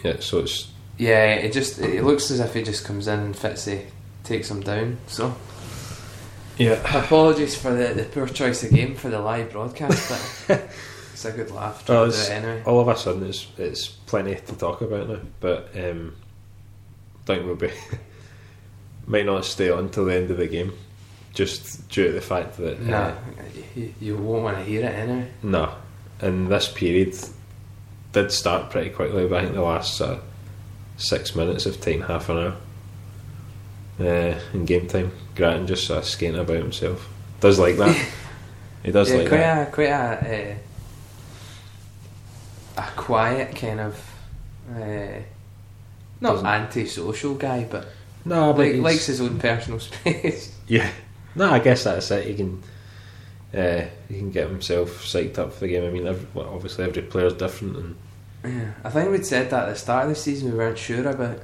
Yeah, so it's
yeah, it just it looks as if he just comes in and Fitzy takes him down. So.
yeah.
Apologies for the, the poor choice of game for the live broadcast, but it's a good laugh. Trying
Oh,
to do
it's-
it anyway.
All of a sudden, it's it's plenty to talk about now. But um, think we'll be might not stay on till the end of the game, just due to the fact that uh,
No, you, you won't want to hear it anyway.
No, and this period did start pretty quickly. But I think the last uh, six minutes of time, half an hour uh, in game time, Grattan just uh, skating about himself. Does like that? he does
yeah,
like
quite
that.
a quite a uh, a quiet kind of uh, not
Doesn't-
anti-social guy, but,
No, but
like,
he's-
likes his own personal space.
yeah. No, I guess that's it. He can. Uh, he can get himself psyched up for the game. I mean, every, well, obviously every player's different, and
Yeah, I think we'd said that at the start of the season. We weren't sure about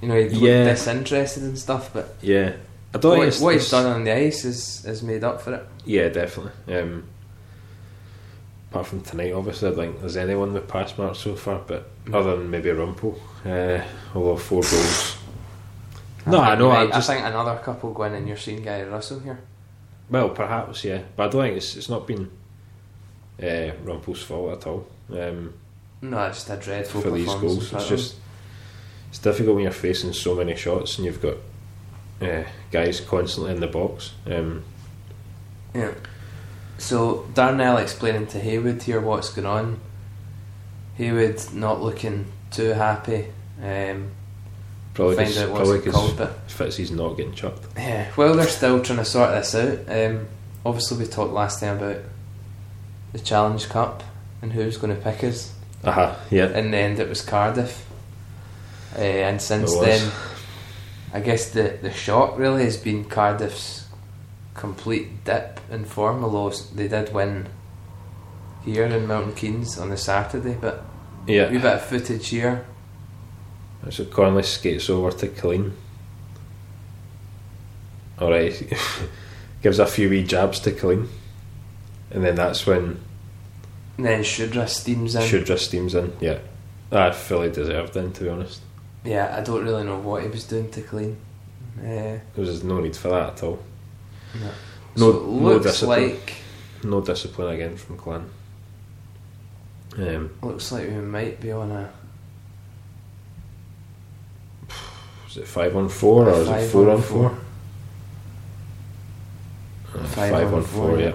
you know he looked
Yeah.
disinterested and stuff, but
yeah, I don't.
what,
think it's-
what he's
it's-
done on the ice is is made up for it.
Yeah, definitely. Um, apart from tonight, obviously, I don't think there's anyone with pass marks so far, but
Mm.
other than maybe Rumpel, uh, although four goals. No, I
think
know,
you
I'm
might-
just-
I think another couple going and you're seeing Gary Russell here.
Well, perhaps, yeah, but I don't think it's it's not been uh, Rumpel's fault at all um,
No, it's just a dreadful
for these
performance in
goals.
front of
It's
them.
just it's difficult when you're facing so many shots and you've got uh, guys constantly in the box. Um,
yeah. So Darnell explaining to Haywood here what's going on. Haywood not looking too happy. Um,
probably
find
cause,
out what's
probably
it called,
because
but
Fitzy's not getting chucked.
yeah, while they're still trying to sort this out, um, obviously we talked last time about the Challenge Cup. and who's going to pick us.
Aha, yeah.
In the end, it was Cardiff. Uh, and since
It was.
then, I guess the, the shock really has been Cardiff's complete dip in form, although s- they did win here in Milton Keynes on the Saturday. But a wee
Yeah.
bit of footage here.
So Conley skates over to Killeen. Alright. Gives a few wee jabs to Killeen. And then that's when
And then Shudra steams in.
Shudra steams in. Yeah. I fully deserved then, to be honest.
Yeah, I don't really know what he was doing to clean. Uh,
There was no need for that at all.
no.
No-
so it
no
looks
discipline.
like
No discipline again from Clan. Um,
looks like we might be on a
was it 5 on 4 or was it 4 on 4?
Five on
Uh, on
four,
4,
yeah.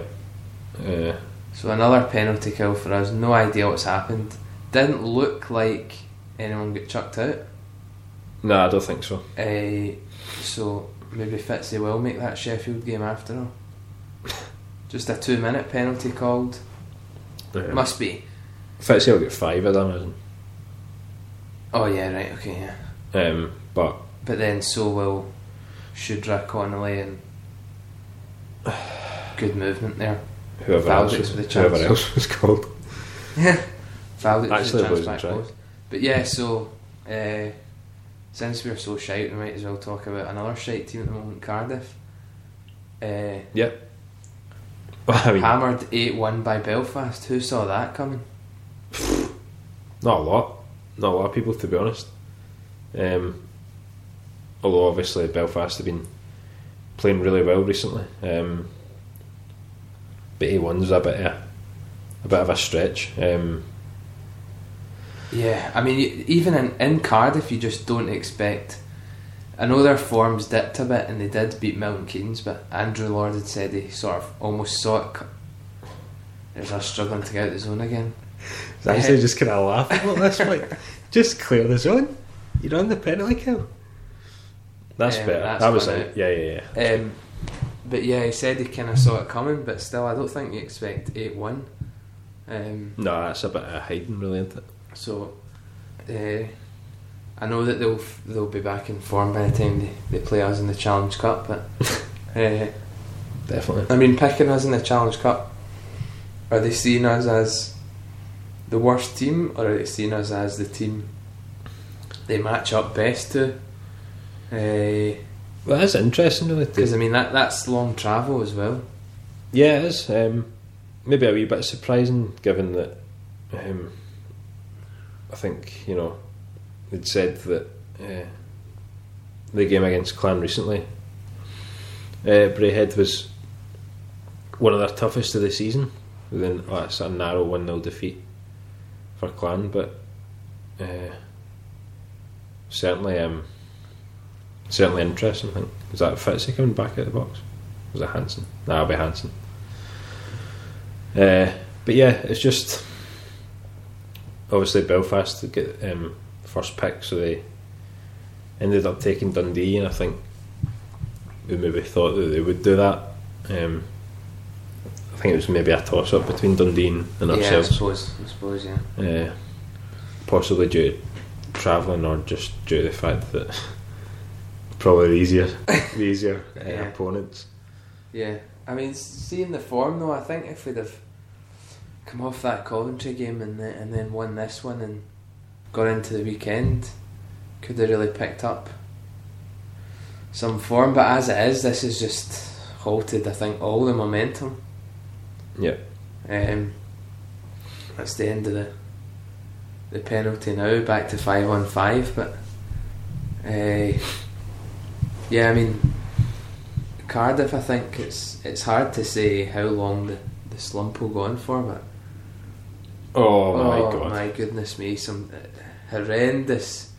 yeah. Uh,
So another penalty kill for us. No idea what's happened. Didn't look like anyone got chucked out.
no, I don't think so.
Uh, so maybe Fitzy will make that Sheffield game after all. Just a two-minute penalty called.
Um,
Must be.
Fitzy will get 5, I'd imagine.
Oh yeah, right. Okay, yeah.
Um, but
But then so will Shudra Connolly and good movement there.
whoever
Valdez
else, was,
with a chance.
whoever else was called.
Valid
Actually,
Actually,
it
trans
wasn't
back
track.
post. But yeah, so uh, since we're so shite, we might as well talk about another shite team at the moment, Cardiff. Uh,
I mean,
hammered eight one by Belfast. Who saw that coming?
not a lot, not a lot of people to be honest. Um, although obviously Belfast have been playing really well recently. Um, but A one's a bit of, a bit of a stretch. Um,
Yeah, I mean, you- even in, in Cardiff, you just don't expect. I know their forms dipped a bit, and they did beat Milton Keynes, but Andrew Lord had said he sort of almost saw it. Co- There's us struggling to get out the zone again.
It's actually just kind of laugh about this. Like, just clear the zone. You're on the penalty kill. That's
Um,
better.
that's
that was
gone
it.
out.
Yeah, yeah, yeah.
Um, but yeah, he said he kind of saw it coming, but still, I don't think you expect 8 1. Um,
No, that's a bit of hiding, really, isn't it?
so uh, I know that they'll f- they'll be back in form by the time they, they play us in the Challenge Cup, but uh,
Definitely.
I mean, picking us in the Challenge Cup, are they seeing us as the worst team, or are they seeing us as the team they match up best to? Because
Well, that's interesting, really. to-
I mean, that that's long travel as well.
Yeah, it is. Um, maybe a wee bit surprising, given that um, I think you know they'd said that uh, the game against Clan recently, uh, Brayhead was one of their toughest of the season. Within well, that's a narrow one 0 defeat for Clan, but uh, certainly, um, certainly interesting. I think is that Fitzy coming back at the box? Was it Hanson? No, it'll be Hanson. Uh, but yeah, it's just obviously Belfast to get um, first pick, so they ended up taking Dundee, and I think we maybe thought that they would do that. Um, I think it was maybe a toss up between Dundee and and
yeah, I
ourselves,
suppose. I suppose, yeah.
uh, possibly due to travelling or just due to the fact that probably the easier, the easier uh,
Yeah.
opponents.
Yeah, I mean, s- seeing the form though, I think if we'd have come off that Coventry game and the, and then won this one and got into the weekend, could have really picked up some form. But as it is, this has just halted. I think all the momentum.
Yeah.
Um, that's the end of the the penalty now. Back to five on five, but uh, yeah, I mean Cardiff. I think it's it's hard to say how long the, the slump will go on for, but
Oh, my god.
my goodness me, some uh, horrendous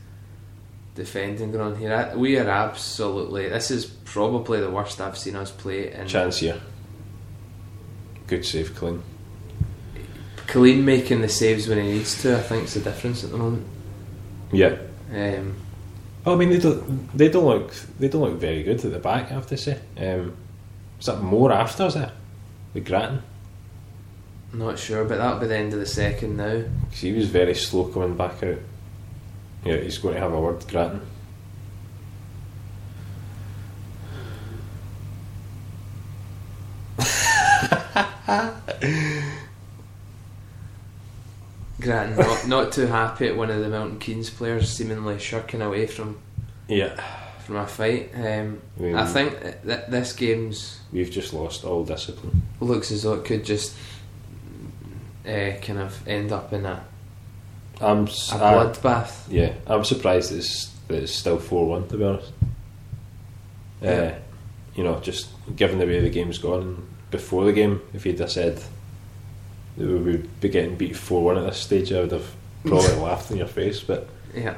defending going on here. I, we are absolutely. This is probably the worst I've seen us play in
Chance here. Good save, clean.
Colleen making the saves when he needs to, I think, is the difference at the moment.
Yeah.
Um,
I mean, they don't. They don't look. They don't look very good at the back. I have to say. Um, is that more after? Is it? The Grattan.
Not sure, but that'll be the end of the second now.
'Cause he was very slow coming back out. Yeah, he's going to have a word with Grattan.
Grant not, not too happy at one of the Milton Keynes players seemingly shirking away from,
Yeah.
from a fight. Um,
I, mean,
I think th- th- this game's
we've just lost all discipline.
looks as though it could just uh, kind of end up in a,
I'm
a
s- I-
bloodbath.
yeah, I'm surprised that it's, that it's still 4 1, to be honest.
Yeah.
Uh, you know, just given the way the game's gone, and before the game, if he'd have said that we would be getting beat 4 1 at this stage, I would have probably laughed in your face. But
Yeah,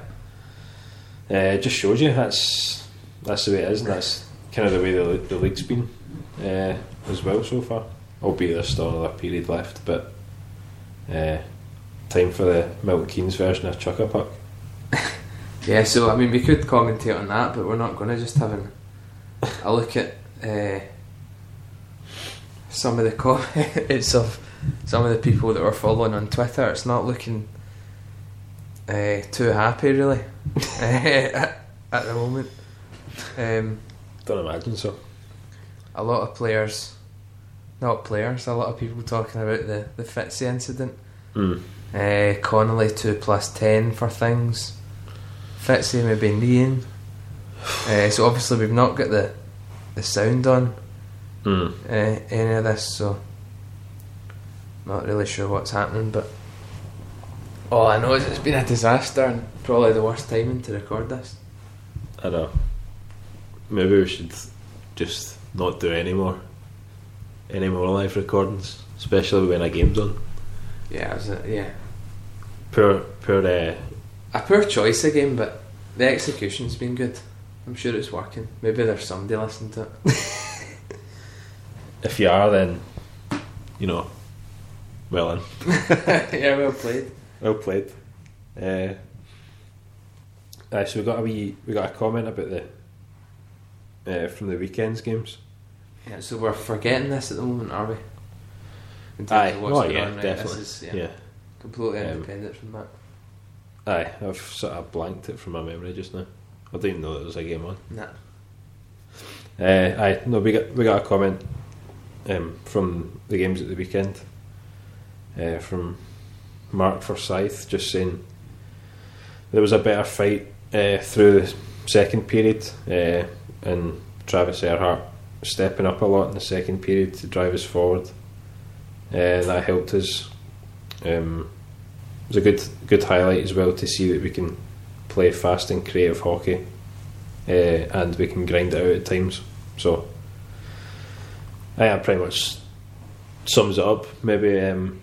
uh, it just shows you that's that's the way it is, and that's kind of the way the, le- the league's been uh, as well so far. Albeit there's still another period left, but uh, time for the Milton Keynes version of Chuck a Puck.
yeah. So I mean, we could commentate on that, but we're not going to just having a look at uh, some of the comments of some of the people that we're following on Twitter. It's not looking uh, too happy, really, at, at the moment. Um,
Don't imagine so.
a lot of players, not players, a lot of people talking about the the Fitzy incident.
Mm.
Uh, Connolly two plus ten for things. Fitzy maybe kneeing. Uh, so obviously we've not got the the sound on
Mm.
uh, any of this, so not really sure what's happening. But all I know is it's been a disaster and probably the worst timing to record this.
I know. Maybe we should just not do any more, any more live recordings, especially when a game's on.
Yeah, it was a, yeah,
Poor, poor. Uh,
a poor choice again, but the execution's been good. I'm sure it's working. Maybe there's somebody listening to it.
if you are, then you know, well in,
yeah, well played.
well played. Uh, aye, so we got a wee, we got a comment about the uh, from the weekend's games.
Yeah, so we're forgetting this at the moment, are we? In terms
Aye,
of what's
oh
going
yeah,
on, right,
definitely.
This is yeah,
yeah.
completely
Um,
independent from that.
Aye, I've sort of blanked it from my memory just now. I didn't even know there was a game on.
Nah.
Uh, aye, no, we got we got a comment um, from the games at the weekend uh, from Mark Forsyth just saying there was a better fight uh, through the second period uh, and Travis Earhart stepping up a lot in the second period to drive us forward. Uh, that helped us. Um, it was a good good highlight as well to see that we can play fast and creative hockey uh, and we can grind it out at times. So, I that pretty much sums it up. Maybe um,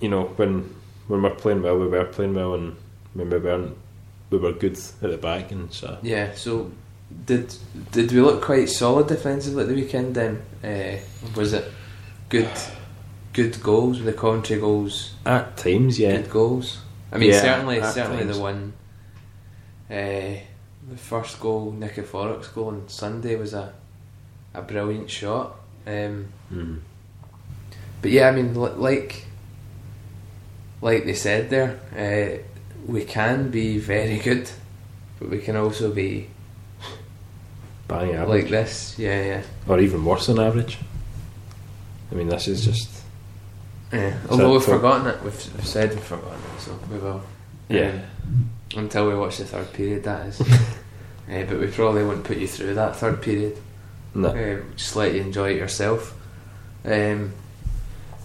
you know when when we're playing well, we were playing well, and when we weren't, we were good at the back, and so
Yeah, so did did we look quite solid defensively at the weekend then? Uh, was it good good goals, were the Coventry goals
at times, yeah,
good goals? I mean
Yeah,
certainly
at
certainly
times.
the one uh, the first goal, Nikiforic's goal on Sunday was a a brilliant shot. Um,
Mm.
But yeah, I mean, li- like, like they said there, uh, we can be very good, but we can also be
bang average,
like this. Yeah, yeah,
or even worse than average. I mean, this is just
yeah.
So-
Although we've
so-
forgotten it, we've, we've said we've forgotten it, so we will.
Yeah.
Um, until we watch the third period, that is. Uh, but we probably wouldn't put you through that third period.
no.
Um, just let you enjoy it yourself. Um,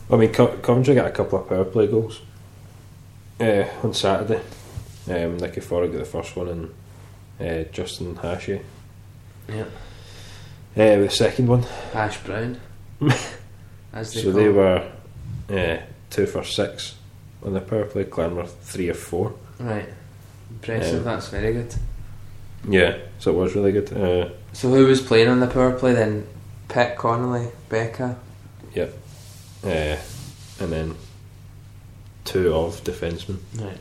I mean, Co- Coventry got a couple of power play goals uh, on Saturday. Um, Nicky Forrard got the first one, and uh, Justin Hashi
yeah,
uh, with the second one.
Ash Brown. As they
so
call
they
him.
were uh, two for six on the power play. Clan were three or four.
right. Impressive.
Um,
That's very good.
Yeah, so it was really good. Uh,
So who was playing on the power play then? Pitt Connolly, Becca.
uh, and then two of defensemen.
Right.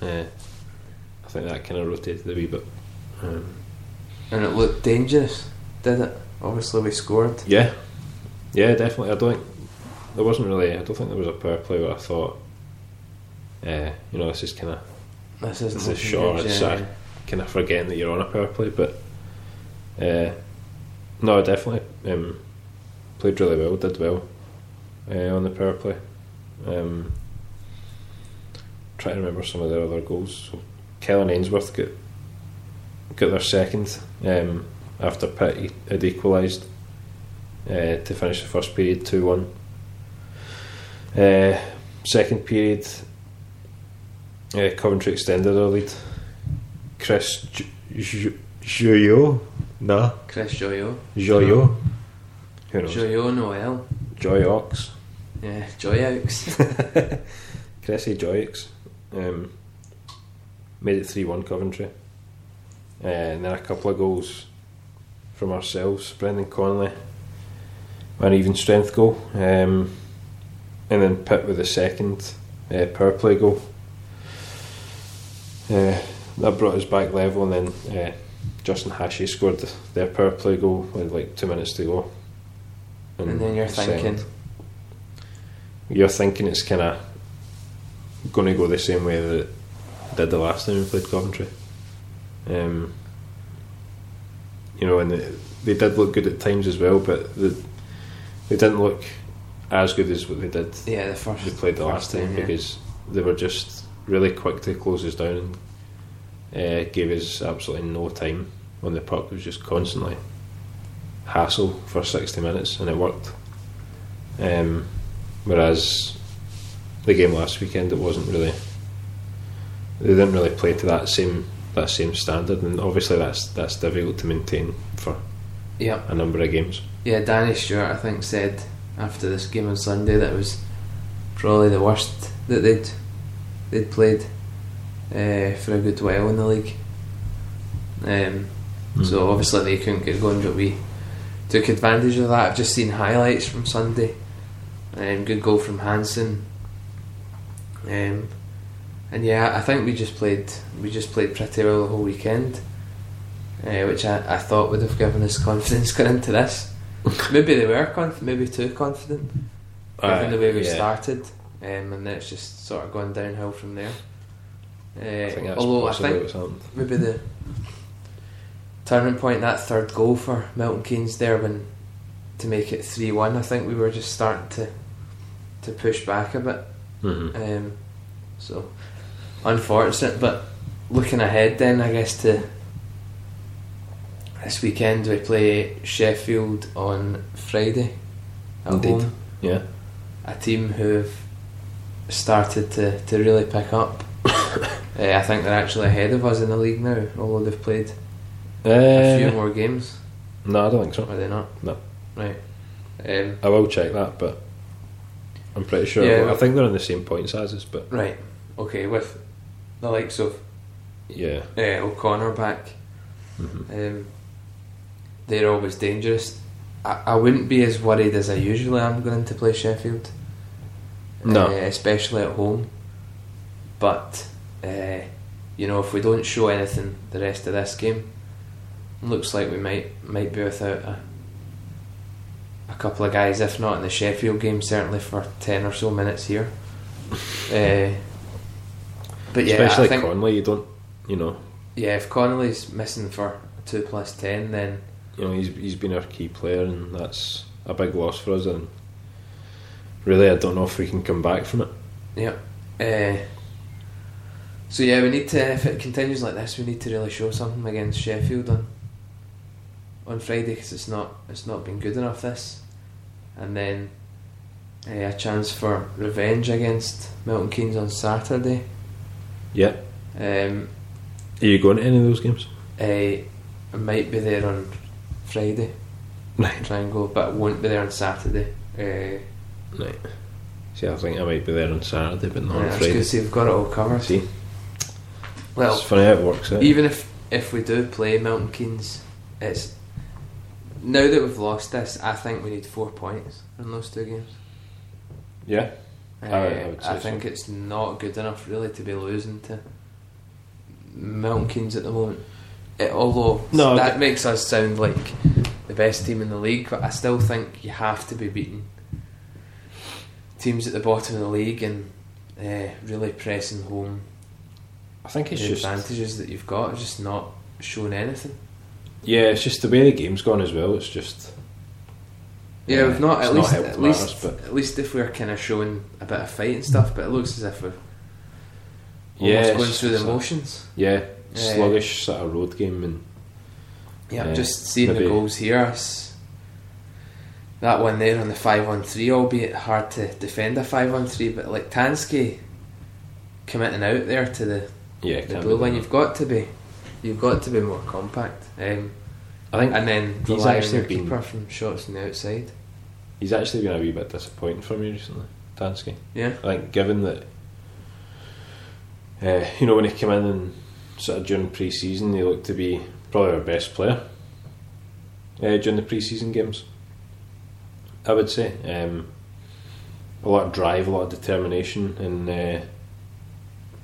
Uh, I think that kind of rotated a wee bit. Um,
And it looked dangerous, did it? Obviously we scored.
Yeah, yeah, definitely. I don't think there wasn't really. I don't think there was a power play where I thought, uh, you know, this is kind of
This isn't
This is
looking
sure,
good,
it's
yeah.
a- kind of forgetting that you're on a power play. But uh, no, definitely um, played really well, did well uh, on the power play. Um, trying to remember some of their other goals. So Kellen Ainsworth got got their second um, after Pitt had equalised uh, to finish the first period two one. Uh, second period, uh, Coventry extended their lead. Chris Ju- Ju- Joyo, no,
Chris Joyo.
Joyo, who knows?
Joyo Noel.
Joy Ox,
Yeah, Joy Oaks.
Cressy Joyx, um, made it 3 1 Coventry. Uh, and then a couple of goals from ourselves. Brendan Conley, an even strength goal. Um, and then Pitt with the second uh, power play goal. Uh, that brought us back level, and then uh, Justin Hashey scored their power play goal with like two minutes to go.
and then you're
second
thinking,
you're thinking it's kind of going to go the same way that it did the last time we played Coventry. Um, you know, and they, they did look good at times as well, but the, they didn't look as good as what they did
yeah, the first
we played the last
first
time
yeah.
because they were just really quick to close us down and uh, gave us absolutely no time on the puck. It was just constantly hassle for 60 minutes and it worked. Um, whereas the game last weekend, it wasn't really. They didn't really play to that same that same standard, and obviously that's that's difficult to maintain for
Yep.
a number of games.
Yeah, Danny Stewart, I think, said after this game on Sunday that it was probably the worst that they'd they'd played uh, for a good while in the league. Um,
Mm-hmm.
So obviously they couldn't get going, but we took advantage of that. I've just seen highlights from Sunday. Um, good goal from Hansen. Um, and yeah, I think we just played we just played pretty well the whole weekend, uh, which I, I thought would have given us confidence going into this. maybe they were conf- maybe too confident given the way we
Mm-hmm. yeah.
started, um, and then it's just sort of gone downhill from there. Uh,
I think that's
although I
possibly
think
what's happened.
maybe the turning point that third goal for Milton Keynes there when to make it three one. I think we were just starting to to push back a bit.
Mhm.
Um, so unfortunate, but looking ahead, then I guess to this weekend we play Sheffield on Friday at
Indeed.
home
Yeah.
a team who've started to, to really pick up. Eh, I think they're actually ahead of us in the league now, although they've played a few
Uh,
more games.
no, I don't think so.
Are they not?
No.
Right. Um,
I will check that, but I'm pretty sure.
Yeah.
I think they're on the same point sizes, but
right. Okay, with the likes of
yeah,
uh, O'Connor back,
Mhm.
um, they're always dangerous. I, I wouldn't be as worried as I usually am going to play Sheffield.
No.
Uh, especially at home. But, uh, you know, if we don't show anything the rest of this game, looks like we might might be without a, a couple of guys, if not in the Sheffield game, certainly for 10 or so minutes here. Uh, but yeah, I
especially
think
Conley. You don't, you know,
yeah, if Connolly's missing for two plus ten, then
you know he's he's been our key player, and that's a big loss for us. And really, I don't know if we can come back from it.
yeah. Uh, so yeah, we need to. If it continues like this, we need to really show something against Sheffield on on Friday because it's not it's not been good enough this, and then uh, a chance for revenge against Milton Keynes on Saturday.
Yeah,
Um,
are you going to any of those games?
I, I might be there on Friday,
Right,
try and go, but I won't be there on Saturday. Uh,
right. See, I think I might be there on Saturday, but not
yeah,
on
that's
Friday.
good. See, we've got it all covered.
See,
Well,
it's funny how it works out.
even if if we do play Milton Keynes, it's now that we've lost this, I think we need four points in those two games.
yeah,
Uh,
I would- I would say so.
think it's not good enough really to be losing to Milton Keynes at the moment. It, although
No,
that
th-
makes us sound like the best team in the league, but I still think you have to be beaten teams at the bottom of the league and uh, really pressing home
I think it's
the
just
advantages that you've got, just not shown anything.
yeah, it's just the way the game's gone as well. It's just
Yeah, we've not
it's
at least
helped
at least
matters, but
at least if we're kind of showing a bit of fight and stuff, but it looks as if we're almost
Yeah, it's
going
just-
through
it's
the
a-
motions.
yeah,
Yeah.
sluggish sort of road game and
Yeah,
Yeah,
just seeing the
maybe.
goals here. Us that one there on the five on three, albeit hard to defend a five on three, but like Tansky committing out there to the,
yeah,
the
can't
blue
be
line,
done.
you've got to be, you've got to be more compact. Um,
I think
and then
he's
rely on
actually
your
been-
keeper from shots on the outside.
he's actually been a wee bit disappointing for me recently, Dansky.
Yeah,
I think given that uh, you know when he came in and sort of during pre-season he looked to be probably our best player uh, during the pre-season games I would say um, a lot of drive a lot of determination and uh,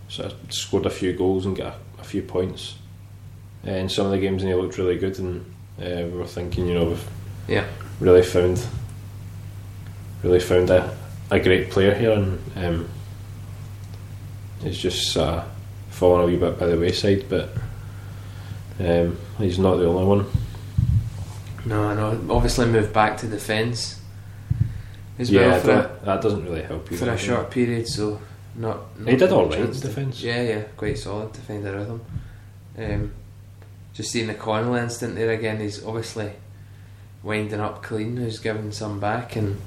sort of scored a few goals and got a, a few points uh, in some of the games and he looked really good and uh, we were thinking you know we've
yeah,
really found really found a, a great player here and um, he's just uh, fallen a wee bit by the wayside but um, he's not the only one
no, I know. Obviously, moved back to defence as
yeah
well for a,
that, that doesn't really help you
for a
does it?
short period, so not. not
he did
much
alright in
chance to-
defence
Yeah, yeah, quite solid to find a rhythm. Um, just seeing the Connell instant there again, he's obviously winding up clean, who's giving some back, and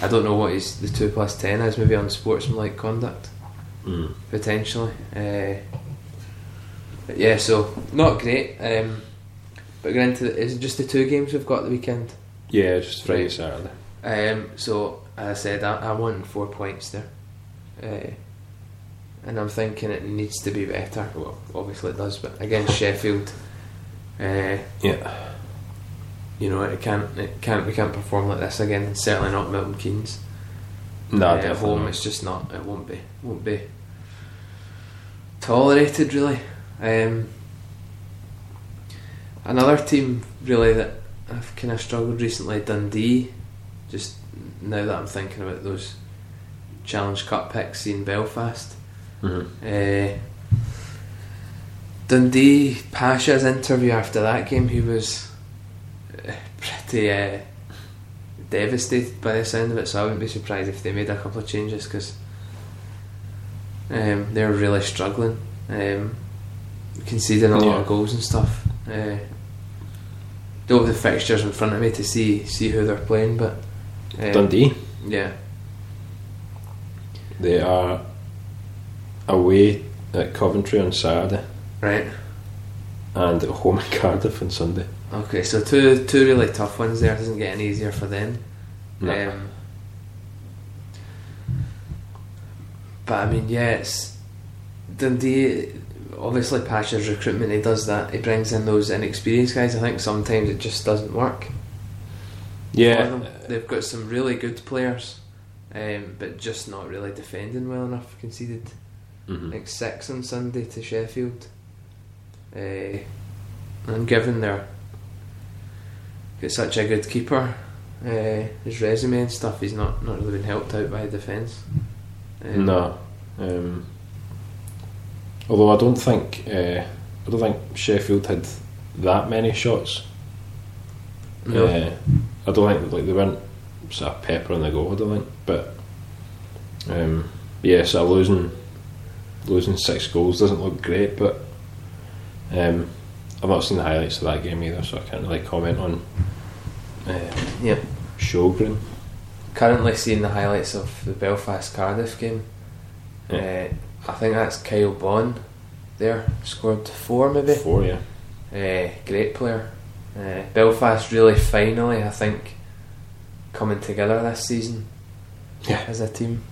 I don't know what his the 2 plus 10 is, maybe on sportsmanlike conduct,
Mm.
potentially. Uh, but yeah, so not great, um, but going into the, is it just the two games we've got the weekend?
yeah just Friday Saturday
Um, so as I said, I, I want four points there, uh, and I'm thinking it needs to be better. Well, obviously it does, but against Sheffield, uh,
yeah
you know it can't, it can't, we can't perform like this again. and Certainly not Milton Keynes.
no
Uh, at
definitely
home,
not.
it's just not. It won't be, won't be tolerated really. Um, another team really that I've kind of struggled recently, Dundee. Just now that I'm thinking about those Challenge Cup picks in Belfast.
Mhm.
Uh, Dundee Pasha's interview after that game, he was uh, pretty uh, devastated by the sound of it. So I wouldn't be surprised if they made a couple of changes because um, they're really struggling, um, conceding a lot
Yeah.
of goals and stuff. Uh, don't have the fixtures in front of me to see see who they're playing, but um,
Dundee
yeah,
they are away at Coventry on Saturday
right.
and at home in Cardiff on Sunday
Okay, so two two really tough ones there. Doesn't get any easier for them.
No.
Um, but I mean, yeah, it's Dundee. Obviously, Pasha's recruitment. He does that. He brings in those inexperienced guys. I think sometimes it just doesn't work. for
yeah
them. they've got some really good players, um, but just not really defending well enough. Conceded
Mhm.
like six on Sunday to Sheffield. Uh, and given their got such a good keeper, uh, his resume and stuff, he's not, not really been helped out by defence. Um,
No. Um, although I don't think uh, I don't think Sheffield had that many shots.
no.
Uh, I don't think like they weren't sort of pepper on the goal. I don't think, but um, yeah, sort of losing losing six goals doesn't look great. But um, I've not seen the highlights of that game either, so I can't really comment on uh,
Yeah.
Sjogren.
Currently seeing the highlights of the Belfast Cardiff game.
Yeah.
Uh, I think that's Kyle Bond. There scored four maybe.
Four, yeah,
Uh, great player. Uh, Belfast really finally, I think, coming together this season
yeah,
as a team.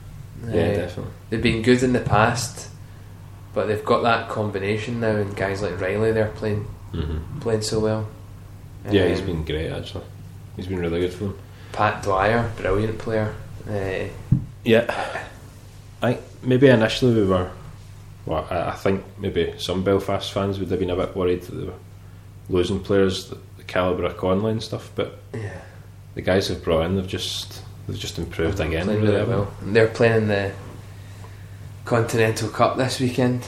Uh,
yeah, definitely.
they've been good in the past, but they've got that combination now, and guys like Riley they're playing
hmm
playing so well.
Yeah, he's
Um,
been great actually. He's been really good for them.
Pat Dwyer, brilliant player. Uh,
Yeah. I maybe initially we were. Well, I, I think maybe some Belfast fans would have been a bit worried that they were losing players the, the calibre of Conley and stuff, but
yeah,
the guys they've brought in, they've just They've just improved again.
Playing really well. And They're playing the Continental Cup this weekend.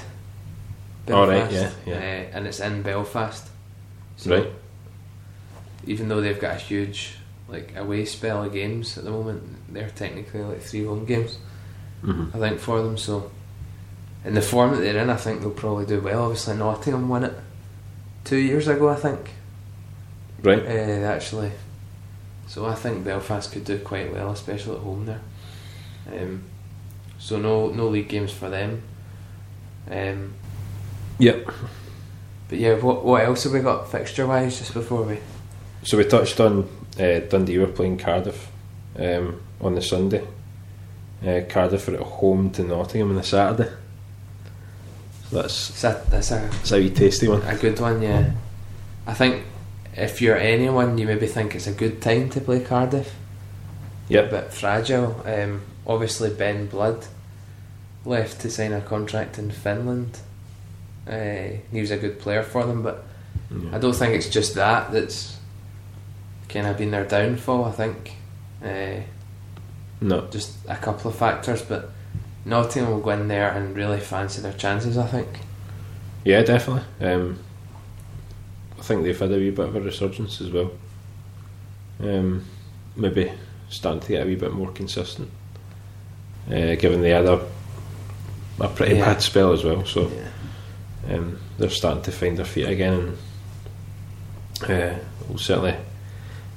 Oh, right, yeah, yeah.
Uh, and it's in Belfast.
Right.
Even though they've got a huge like away spell of games at the moment, they're technically like three home games.
hmm
I think for them. So, in the form that they're in, I think they'll probably do well. Obviously, Nottingham won it two years ago. I think
Right.
uh, actually. So I think Belfast could do quite well, especially at home there. Um, so no no league games for them. Um,
Yep.
but yeah, what what else have we got fixture wise just before we?
So we touched on uh, Dundee were playing Cardiff um, on the Sunday. Uh, Cardiff are at home to Nottingham on the Saturday. So that's,
It's a, that's a
that's a wee tasty one.
a good one, yeah. I think if you're anyone, you maybe think it's a good time to play Cardiff.
Yep.
A bit fragile. Um, obviously, Ben Blood left to sign a contract in Finland. Uh, he was a good player for them, but I don't think it's just that that's kind of been their downfall. I think uh,
No.
just a couple of factors, but Nottingham will go in there and really fancy their chances. I think.
Yeah, definitely. Um, I think they've had a wee bit of a resurgence as well. Um, maybe starting to get a wee bit more consistent, uh, given they had a, a pretty
Yeah.
bad spell as well. So
Yeah.
um, they're starting to find their feet again, and uh, it will certainly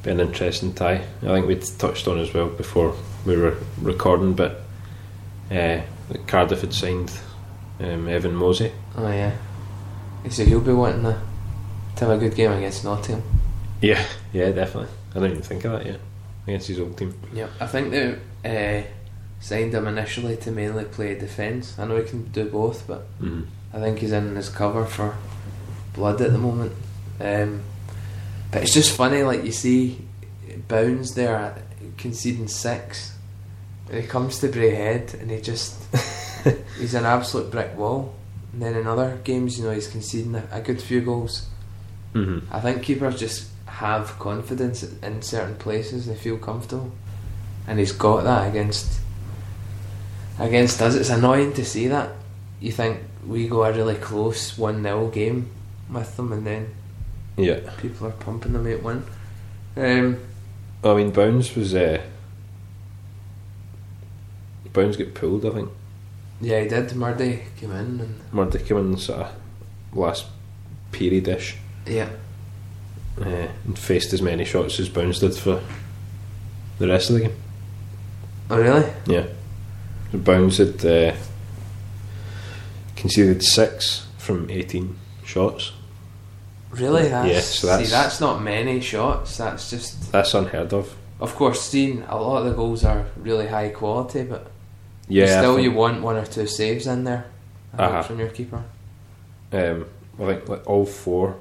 be an interesting tie. I think we'd touched on as well before we were recording, but uh, Cardiff had signed um, Evan Mosey.
Oh yeah. So he'll be wanting to to have a good game against Nottingham.
Yeah, yeah, definitely. I didn't even think of that. Yeah, against his old team.
Yep. I think they uh, signed him initially to mainly play defence. I know he can do both, but
Mm-hmm.
I think he's in his cover for Blood at the moment. Um, but it's just funny, like you see Bounds there uh, conceding six, and he comes to Brayhead and he just he's an absolute brick wall. And then in other games, you know, he's conceding a, a good few goals.
Mm-hmm.
I think keepers just have confidence in certain places; they feel comfortable, and he's got that against against us. It's annoying to see that. You think we go a really close one 0 game with them, and then
Yeah,
people are pumping them eight one. Um,
I mean, Bounds was. Uh, Bounds got pulled. I think
yeah, he did. Murdy came in, and
Murdy came in sort of last period ish
yeah,
uh, and faced as many shots as Bounds did for the rest of the game.
oh really?
Yeah, so Bounds had uh, conceded six from eighteen shots.
Really? That's,
Yeah, so that's-
see, that's not many shots. That's just,
That's unheard of.
of course, seeing a lot of the goals are really high quality, but
Yeah, I
still
think-
you want one or two saves in there I think,
Uh-huh.
from your keeper.
Um, I think like all four.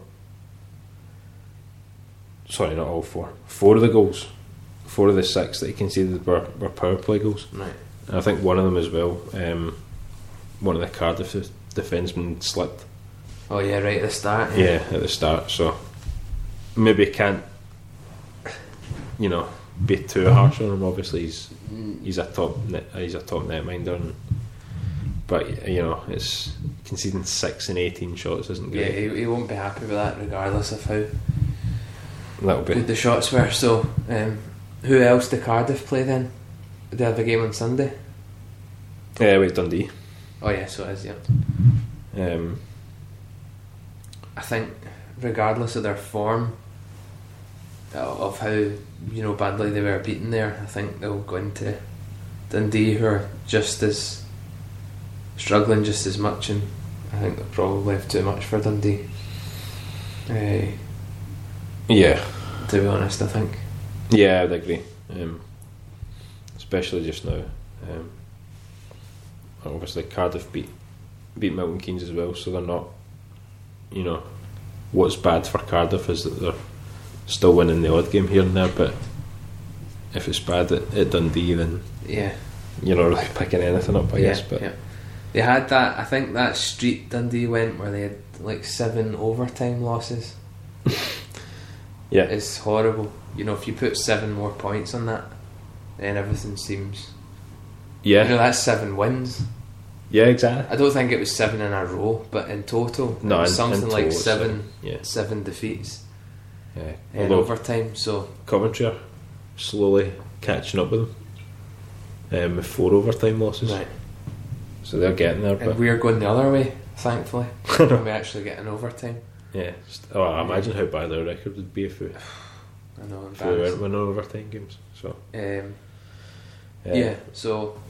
Sorry, not all four. Four of the goals, four of the six that he conceded were, were power play goals.
Right.
And I think one of them as well. Um, one of the Cardiff defensemen slipped.
Oh yeah, right at the start.
Yeah, at the start. So maybe can't. You know, be too harsh on him. Obviously, he's
Mm,
he's a top net, he's a top netminder. And, but you know, it's conceding six and eighteen shots isn't
Yeah,
great.
he, he won't be happy with that, regardless of how
That'll be
good the shots were. So, um, who else did Cardiff play then? They have a game on Sunday.
Yeah, with Dundee.
Oh yeah, so it is. Yeah,
Um,
I think regardless of their form, uh, of how you know badly they were beaten there, I think they'll go into Dundee who are just as struggling just as much, and I think they'll probably have too much for Dundee. Uh,
yeah,
to be honest, I think.
yeah, I'd agree. Um, especially just now. Um, obviously, Cardiff beat beat Milton Keynes as well, so they're not. You know, what's bad for Cardiff is that they're still winning the odd game here and there, but if it's bad at, at Dundee, then
Yeah,
you're not really picking anything up, I
yeah,
guess. But
yeah. They had that. I think that street Dundee went where they had like seven overtime losses.
yeah,
It's horrible. You know, if you put seven more points on that, then everything seems. You know,
Yeah,
that's seven wins.
yeah, exactly.
I don't think it was seven in a row, but in total, it
No,
was
in-
something
in
like
total,
seven,
Yeah,
seven defeats
yeah.
in
Although
overtime. So
Coventry are slowly catching up with them um, with four overtime losses, so they're getting there.
and
But
we're going the other way, thankfully. and we actually get an overtime.
yeah, just, oh, I imagine how bad their record would be if we, if
I know,
we weren't
embarrassing.
winning overtime games. So uh,
Um, yeah, so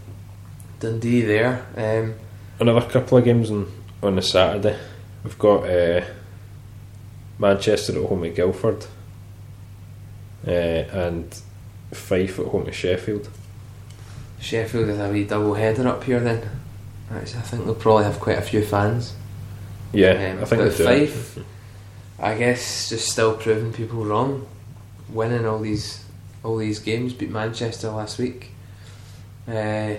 Dundee there. Um,
another couple of games on on the Saturday. We've got uh, Manchester at home at Guildford, uh, and Fife at home at Sheffield.
Sheffield is a wee double header up here then. Actually, I think they'll probably have quite a few fans.
Yeah,
Um,
I think
but
they do it.
Fife, I guess just still proving people wrong, winning all these all these games. Beat Manchester last week. Uh,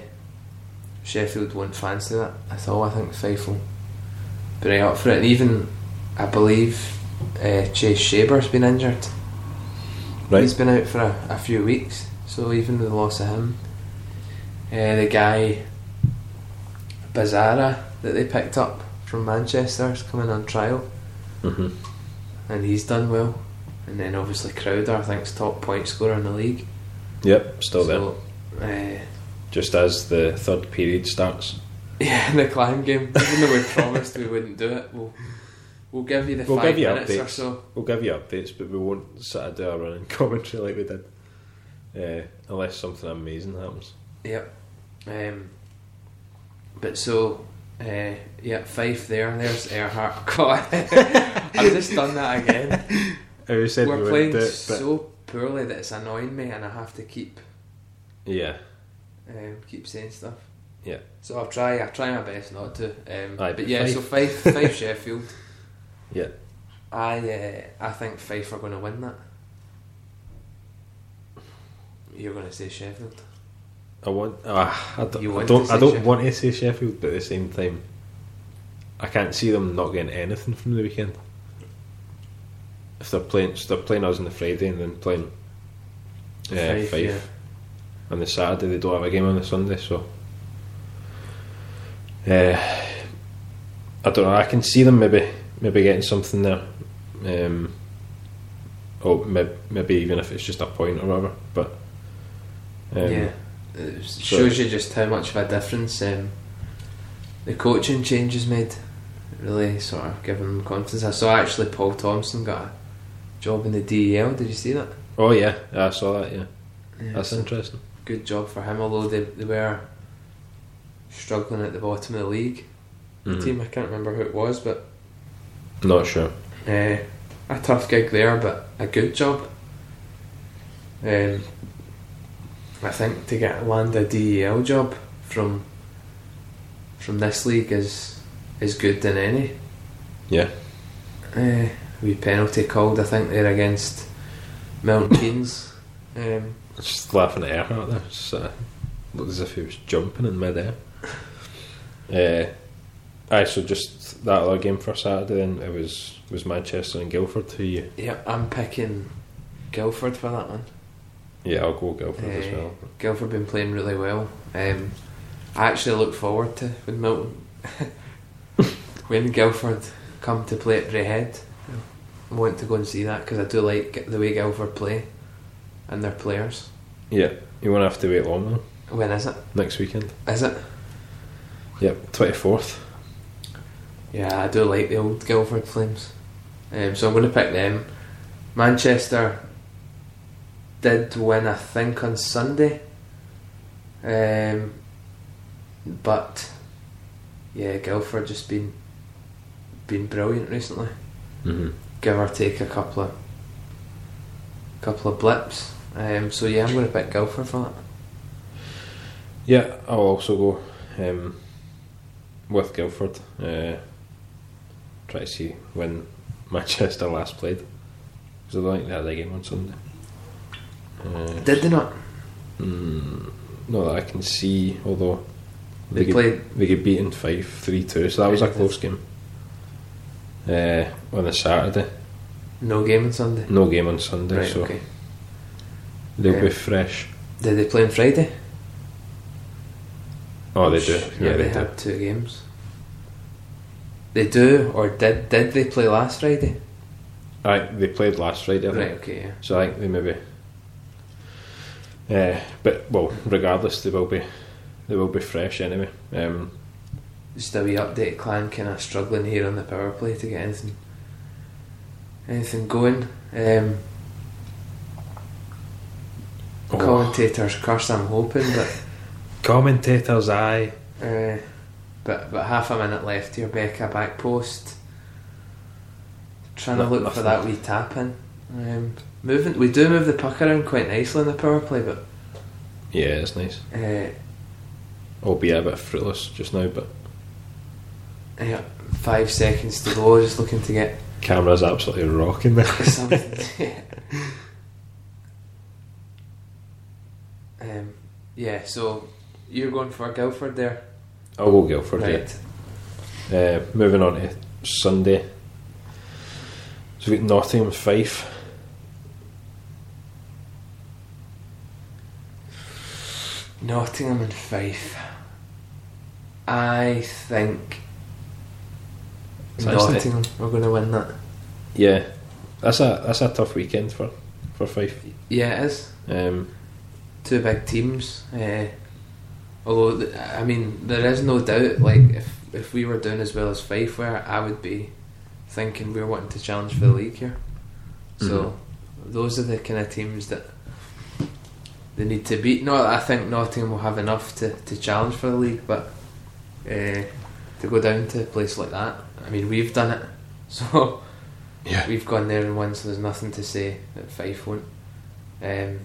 Sheffield won't fancy that at all. I think Fife will be right up for it. And even I believe uh, Chase Shaber's been injured. He's
right.
been out for a, a few weeks, so even with the loss of him, uh, the guy Bazzara that they picked up from Manchester is coming on trial,
hmm
and he's done well. And then obviously Crowder, I think's top point scorer in the league.
Yep, still there.
there. Uh,
Just as the third period starts,
yeah, eh, in the climb game, even though we promised we wouldn't do it, we'll we'll give you the
We'll
five
give you
minutes or
updates.
so.
we'll give you updates, but we won't sort of do a running commentary like we did, uh, unless something amazing happens.
Yep. Um, but so, uh, yeah, Fife there. There's Earhart. God, I've just done that again.
Uh, we said
We're
we
playing
wouldn't do it, but
so poorly that it's annoying me, and I have to keep
yeah,
um, keep saying stuff.
Yeah.
So I'll try. I will try my best not to. Um,
Aye,
but
but
yeah,
Fife-
so Fife, Fife, Sheffield.
Yeah.
I uh, I think Fife are going to win that. You're going to say Sheffield.
I want. ah, I
You
don't. I
want
don't,
to
I
say
don't
Sheffield.
want to say Sheffield, but at the same time, I can't see them not getting anything from the weekend. If they're playing, so they're playing us on the Friday and then playing uh, yeah, Fife, on the Saturday. They don't have a game on the Sunday, so. Uh, I don't know. I can see them maybe maybe getting something there, um, or maybe, maybe even if it's just a point or whatever. But um,
yeah, it s- shows you just how much of a difference um, the coaching changes made. Really, sort of giving them confidence. I saw actually Paul Thompson got a job in the DEL. Did you see that?
Oh yeah, I saw that. Yeah,
Yeah,
that's
so
interesting.
good job for him. Although they, they were struggling at the bottom of the league
Mhm.
team. I can't remember who it was, but
Mm-hmm. Not sure.
Uh, a tough gig there, but a good job. Um, I think to get land a DEL job from from this league is is good than any.
Yeah.
Uh, we penalty called. I think they're against Milton Keynes. Um,
Just laughing at Earhart there. Just sort of looked as if he was jumping in midair. uh, aye, so just that other game for Saturday then it was was Manchester and Guildford. Who you?
yeah, I'm picking Guildford for that one.
Yeah, I'll go Guildford
Aye.
as well.
Guildford Eh, been playing really well. Um, I actually look forward to when Milton, when Guildford come to play at Brayhead. I want to go and see that because I do like the way Guildford play and their players.
Yeah, you won't have to wait long though.
When is it?
Next weekend.
Is it?
Yep, twenty fourth.
Yeah, I do like the old Guildford Flames. Um, so I'm going to pick them. Manchester did win, I think, on Sunday. Um, but yeah, Guildford just been been brilliant recently.
Mm-hmm.
Give or take a couple of couple of blips. Um, so yeah, I'm going to pick Guildford for that.
Yeah, I'll also go um, with Guildford. Uh, try to see when Manchester last played. Because I don't think they had a game on Sunday. Uh,
Did they not?
mm, no, that I can see, although
They
get-
played.
they get beaten 5 3 2, so that was a close game. Uh, on a Saturday.
No game on Sunday.
No game on Sunday,
Right.
so
Okay.
they'll
Okay.
be fresh.
Did they play on Friday?
Oh, they do.
Yeah, they,
do.
had two games. They do, or did did they play last Friday?
Aye, they played last Friday. I think.
Right, okay, yeah.
So I think they maybe. Uh, but well, regardless, they will be, they will be fresh anyway. Um,
Just a wee update. Clan kind of struggling here on the power play to get anything, anything going. Um,
oh,
Commentators curse. I'm hoping, but
commentators, aye.
uh, but but half a minute left here. Becca back post. Trying to
No-
look for that
nothing.
wee tap in. Um, moving, we do move the puck around quite nicely in the power play, but
Yeah, it's nice.
uh,
Albeit a bit fruitless just now, but
yeah, five seconds to go. Just looking to get
camera's absolutely rocking there.
something. um, yeah, so you're going for Guildford there,
I'll go Guildford. yeah.
right?
Uh, moving on to Sunday. So we've got Nottingham Fife.
Nottingham and Fife. I think
It's actually-
Nottingham we are going to win that.
Yeah, that's a that's a tough weekend for for Fife.
Yeah, it is.
Um,
Two big teams. Uh, although, th- I mean, there is no doubt, like, if, if we were doing as well as Fife were, I would be thinking we are wanting to challenge for the league here. So, those are the kind of teams that they need to beat. No, I think Nottingham will have enough to, to challenge for the league, but uh, to go down to a place like that, I mean, we've done it. So,
yeah,
We've gone there and won, so there's nothing to say that Fife won't. Um,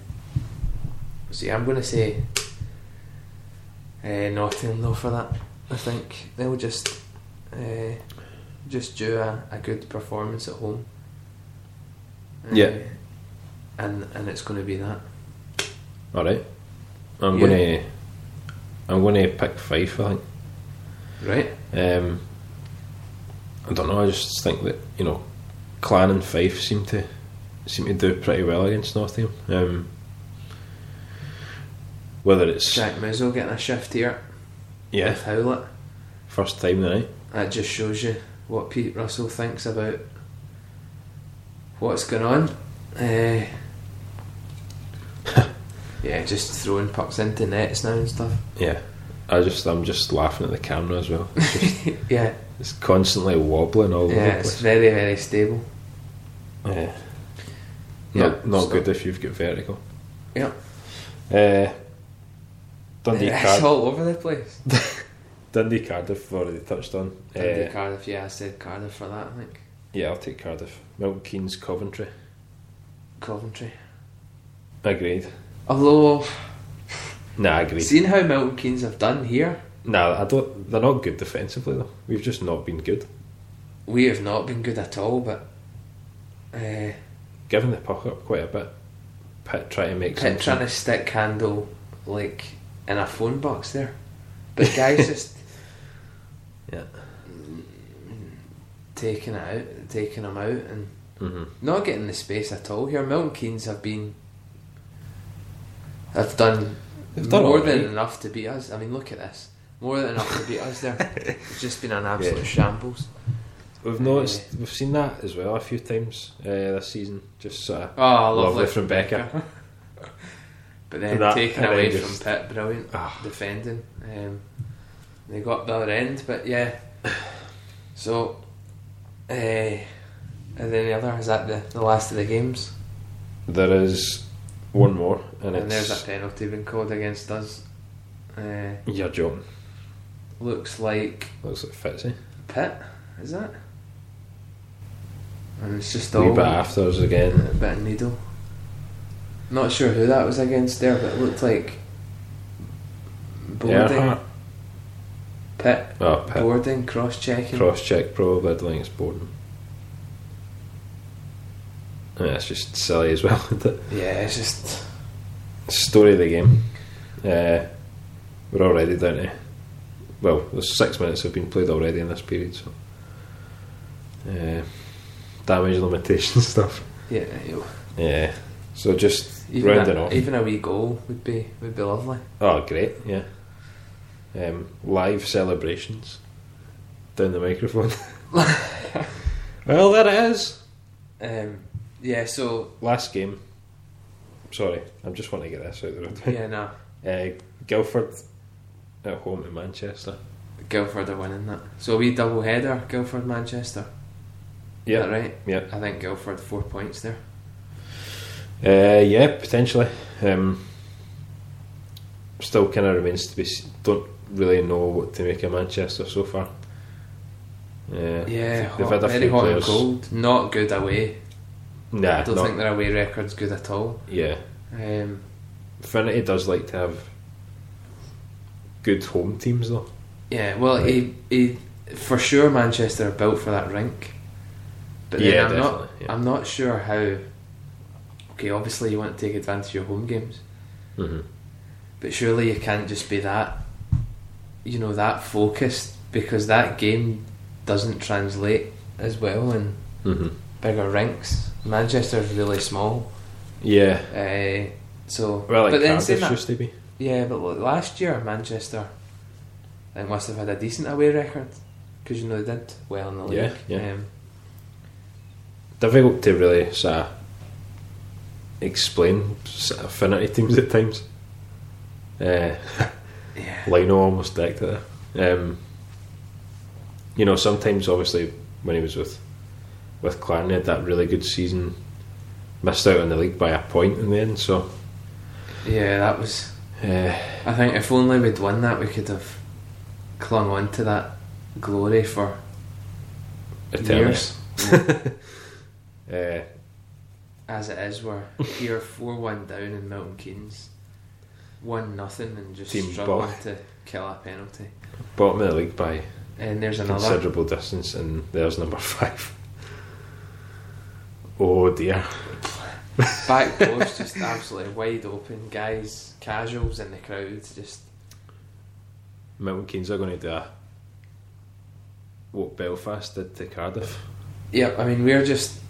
so yeah, I'm going to say uh, Nottingham though for that. I think they'll just uh, just do a, a good performance at home. Uh,
Yeah.
And and it's going to be that.
all right. I'm
Yeah.
gonna I'm gonna pick Fife. I think.
Right?
Um, I don't know. I just think that you know, Clan and Fife seem to seem to do pretty well against Nottingham. Um, whether it's
Jack Mizzo getting a shift here
yeah,
with Howlett.
first time tonight.
That just shows you what Pete Russell thinks about what's going on. Uh, yeah, just throwing pucks into nets now and stuff.
Yeah, I just I'm just laughing at the camera as well. It's, just,
Yeah,
it's constantly wobbling all
yeah,
over the
it's
place.
very very stable.
Yeah.
Yeah,
Not, not
so-
good if you've got vertigo.
Yeah,
Uh, Dundee,
it's
Card-
all over the place.
Dundee Cardiff, we've already touched on.
Dundee,
Uh,
Cardiff, yeah, I said Cardiff for that. I think
yeah, I'll take Cardiff. Milton Keynes, Coventry.
Coventry.
Agreed.
Although,
Nah, agreed.
seeing how Milton Keynes have done here,
nah, I don't. They're not good defensively though. We've just not been good.
we have not been good at all. But uh,
Giving the puck up quite a bit. Pitt trying to make
Pitt
sense.
trying to stick handle like in a phone box there, but guys just
Yeah. Mm.
taking it out, taking them out, and
hmm
not getting the space at all here. Milton Keynes have been have done,
They've done
more
all
than
right.
enough to beat us. I mean, look at this, more than enough to beat us there. It's just been an absolute shambles.
We've noticed, we've seen that as well a few times uh, this season. Just sort of
Oh, lovely,
lovely from Becca.
But then
That-
taken
and then
away
just-
from Pitt, brilliant
Ah.
defending. Um, they got the other end, but yeah. So, uh, and then the other is that the, the last of the games,
There is one more, and,
and,
it's
there's a penalty been called against us. Uh,
you're joking.
looks like
Looks like Fitzy.
Pitt, is that? And it's just
A
all
wee bit after us again.
a bit of needle. Not sure who that was against there, but it looked like boarding,
Earhart.
Pitt
Oh, Pitt.
Boarding, cross checking.
Cross check probably. I don't think it's Borden. Yeah, it's just silly as well. isn't it?
Yeah, it's just
Story of the game. Uh, we're already down to. Well, there's six minutes have been played already in this period, so. Uh, damage limitation stuff.
yeah. You
Yeah. So just
Even
rounding
a,
off.
even a wee goal would be would be lovely.
Oh, great! Yeah. Um, live celebrations down the microphone. well, there it is.
Um, yeah. So
Last game. Sorry, I'm just wanting to get this out of the road.
yeah, no.
Uh, Guildford at home in Manchester.
Guildford are winning that. So a wee double header, Guildford Manchester. Is that
Yeah,
right.
yeah,
I think Guildford four points there.
uh, yeah. Potentially. Um, still, kind of remains to be. s Don't really know what to make of Manchester so far. Uh, Yeah,
Yeah, hot,
they've had a
very
few
hot
players.
and cold. Not good away.
Nah,
I don't
not-
think their away record's good at all.
yeah.
Um,
Finity does like to have good home teams though.
yeah, well, he, he for sure Manchester are built for that rink, but then
Yeah,
I'm not.
definitely, yeah.
I'm not sure how. Okay, obviously you want to take advantage of your home games,
Mm-hmm.
but surely you can't just be that. You know that focused because that game doesn't translate as well in
Mm-hmm.
bigger rinks. Manchester's really small.
Yeah.
Uh, so,
Well, like
but then saying
Cardiff
that,
used to be.
yeah, but look, last year Manchester, I think must have had a decent away record because you know they did well in the league.
Yeah, yeah.
Um,
Difficult to really sort of explain sort of Finity teams at times. Uh,
yeah,
Lino almost dicked at that. Um, you know, sometimes obviously when he was with with Clan, he had that really good season, missed out on the league by a point in the end. So
yeah, that was.
uh,
I think if only we'd won that, we could have clung on to that glory for
eternity.
years.
Uh,
As it is, we're here four one down in Milton Keynes, one nothing, and just
Team
struggling
ball.
to kill a penalty.
bottom of the league by
And there's another.
considerable distance, and there's number five. Oh dear.
Back doors just absolutely wide open. Guys, casuals in the crowd, just
Milton Keynes are going to do a, what Belfast did to Cardiff.
yeah. I mean, we're just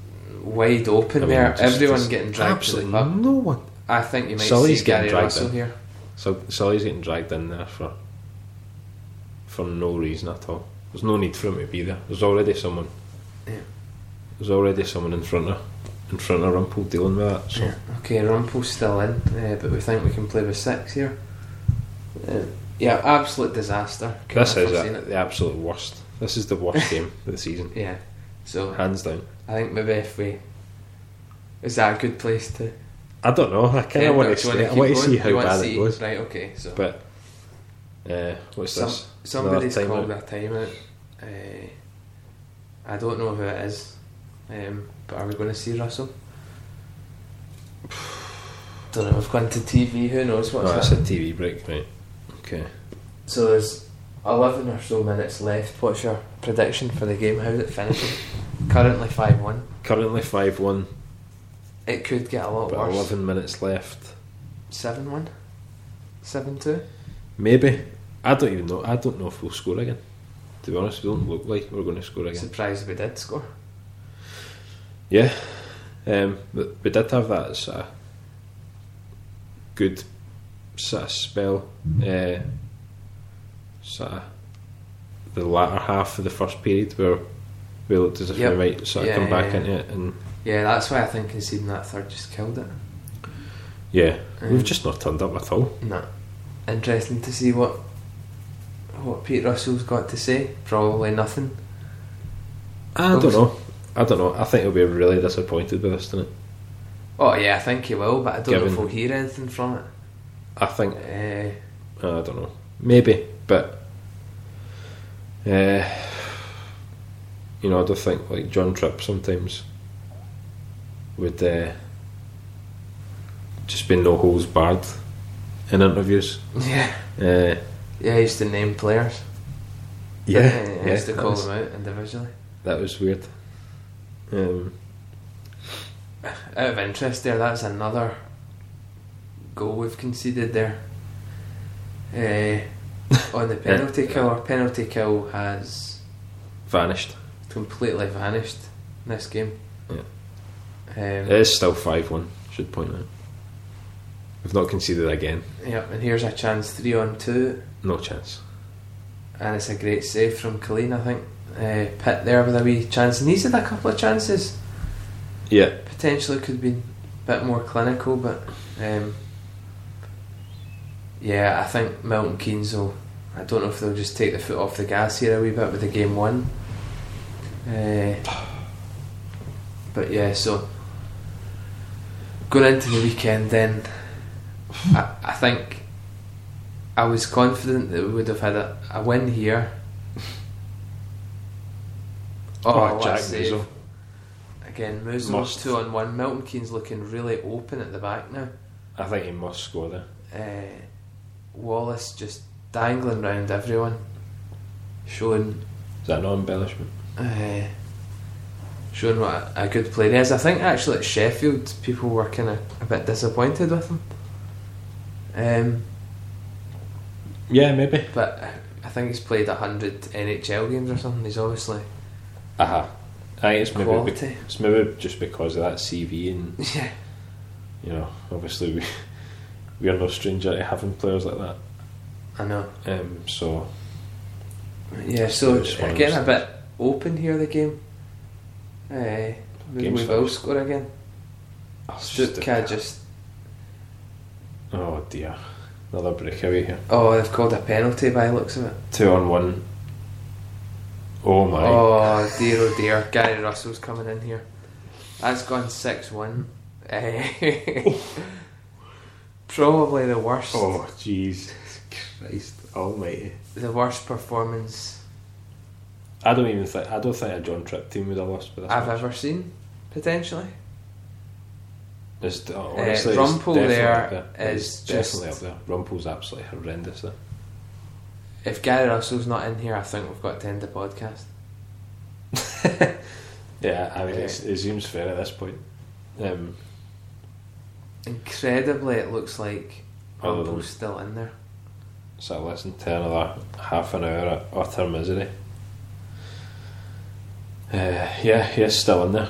wide open
I mean,
there.
just-
Everyone
just
getting dragged to the
Absolutely
pub.
no one.
I think you might
Sully's
see
getting
Gary
dragged
Russell
in.
here.
So Sully's getting dragged in there for for no reason at all. There's no need for him to be there. There's already someone.
Yeah.
There's already someone in front of in front of Rumpel dealing with that. So
Okay, Rumpel's still in, uh, but we think we can play with six here. Uh, yeah, absolute disaster. Couldn't
this
have
is
foreseen
a, the absolute worst. This is the worst game of the season,
it. Yeah. So
hands down.
I think maybe if we is that a good place to?
I don't know. I kind
end
of want
or
to
do you wanna keep
see. I want to
going?
see
You
how
wanna
bad
see-
it goes.
Right. Okay. So.
But uh, what's
Some-
this?
Somebody's
Another
called
timeout.
their time out. Uh, I don't know who it is, um, but are we going to see Russell? don't know. We've gone to TV. Who knows
Oh,
what's
that's a
happening?
TV break, right? Okay.
So there's eleven or so minutes left. What's your prediction for the game? How's it finishing? Currently five one.
Currently five one,
It could get a lot
but
worse.
eleven minutes left.
Seven one. Seven two.
Maybe. I don't even know. I don't know if we'll score again. To be honest, we don't look like we're going to score again.
Surprised we did score.
Yeah. Um, but we did have that sort of good sort of spell. Uh, sort of the latter half of the first period where we looked as if
Yep.
we might sort of
Yeah,
come
yeah,
back
yeah.
into it. And
Yeah, that's why I think conceding that third just killed it.
yeah,
Um,
we've just not turned up at all.
No. Interesting to see what what Pete Russell's got to say. Probably nothing.
I
Well,
don't know. I don't know. I think he'll be really disappointed with us tonight.
Oh yeah, I think he will, but I don't know
Given-
if we'll hear anything from it.
I think
Uh,
I don't know. Maybe, but uh, you know, I don't think like John Tripp sometimes would uh, just be no holes barred in interviews.
yeah,
Uh,
yeah, he used to name players. Uh, he used to
that,
call
was,
them out individually.
that was weird. Um,
Out of interest, there, that's another goal we've conceded there. Uh, on the penalty kill, our penalty kill has
vanished.
completely vanished in this game.
Yeah. Eh.
Um,
It is still five one. Should point out. We've not conceded again.
Yep, and here's our chance three on two,
No chance.
and it's a great save from Colleen, I think. Uh, Pitt there with a wee chance, and he's had a couple of chances.
Yeah.
Potentially could be a bit more clinical, but um, yeah, I think Milton Keynes will. I don't know if they'll just take the foot off the gas here a wee bit with the game one. Uh, but yeah, so going into the weekend, then I, I think I was confident that we would have had a, a win here. Oh, what a save.
Musil.
Again, Musil
Must.
two on one. Milton Keynes looking really open at the back now.
I think he must score there.
Uh, Wallace just dangling round everyone, showing
Is that no embellishment?
uh, showing what a, a good player he is. I think actually at Sheffield, people were kind of a bit disappointed with him. Um,
Yeah, maybe.
but I think he's played hundred NHL games or something. He's obviously
Aha. I think it's maybe,
quality.
it's maybe just because of that CV and
yeah.
you know, obviously we we are no stranger to having players like that.
I know.
Um, so
Yeah, so
Just one of
again
those
a bit open here the game. Uh, maybe
Game
we will
finished.
score again. Stutka just
oh dear, another breakaway here.
oh they've called a penalty by the looks of it.
Two on one. Oh my!
Oh dear oh dear, Gary Russell's coming in here. That's gone six one. Eh, Probably the worst
Oh Jesus Christ Almighty!
the worst performance
I don't even think I don't think a John Tripp team would have lost with this.
I've
match.
ever seen, potentially.
It's, uh, honestly, it's
Rumpel
definitely
there
up there. It's
is
definitely
just-
up there. Rumpel's absolutely horrendous there.
If Gary Russell's not in here I think we've got to end the podcast.
Yeah, I mean it's, it seems fair at this point. Um,
Incredibly it looks like
Other than-
Rumble's still in there.
So listen to another half an hour of utter misery. Uh, yeah, he's still in there.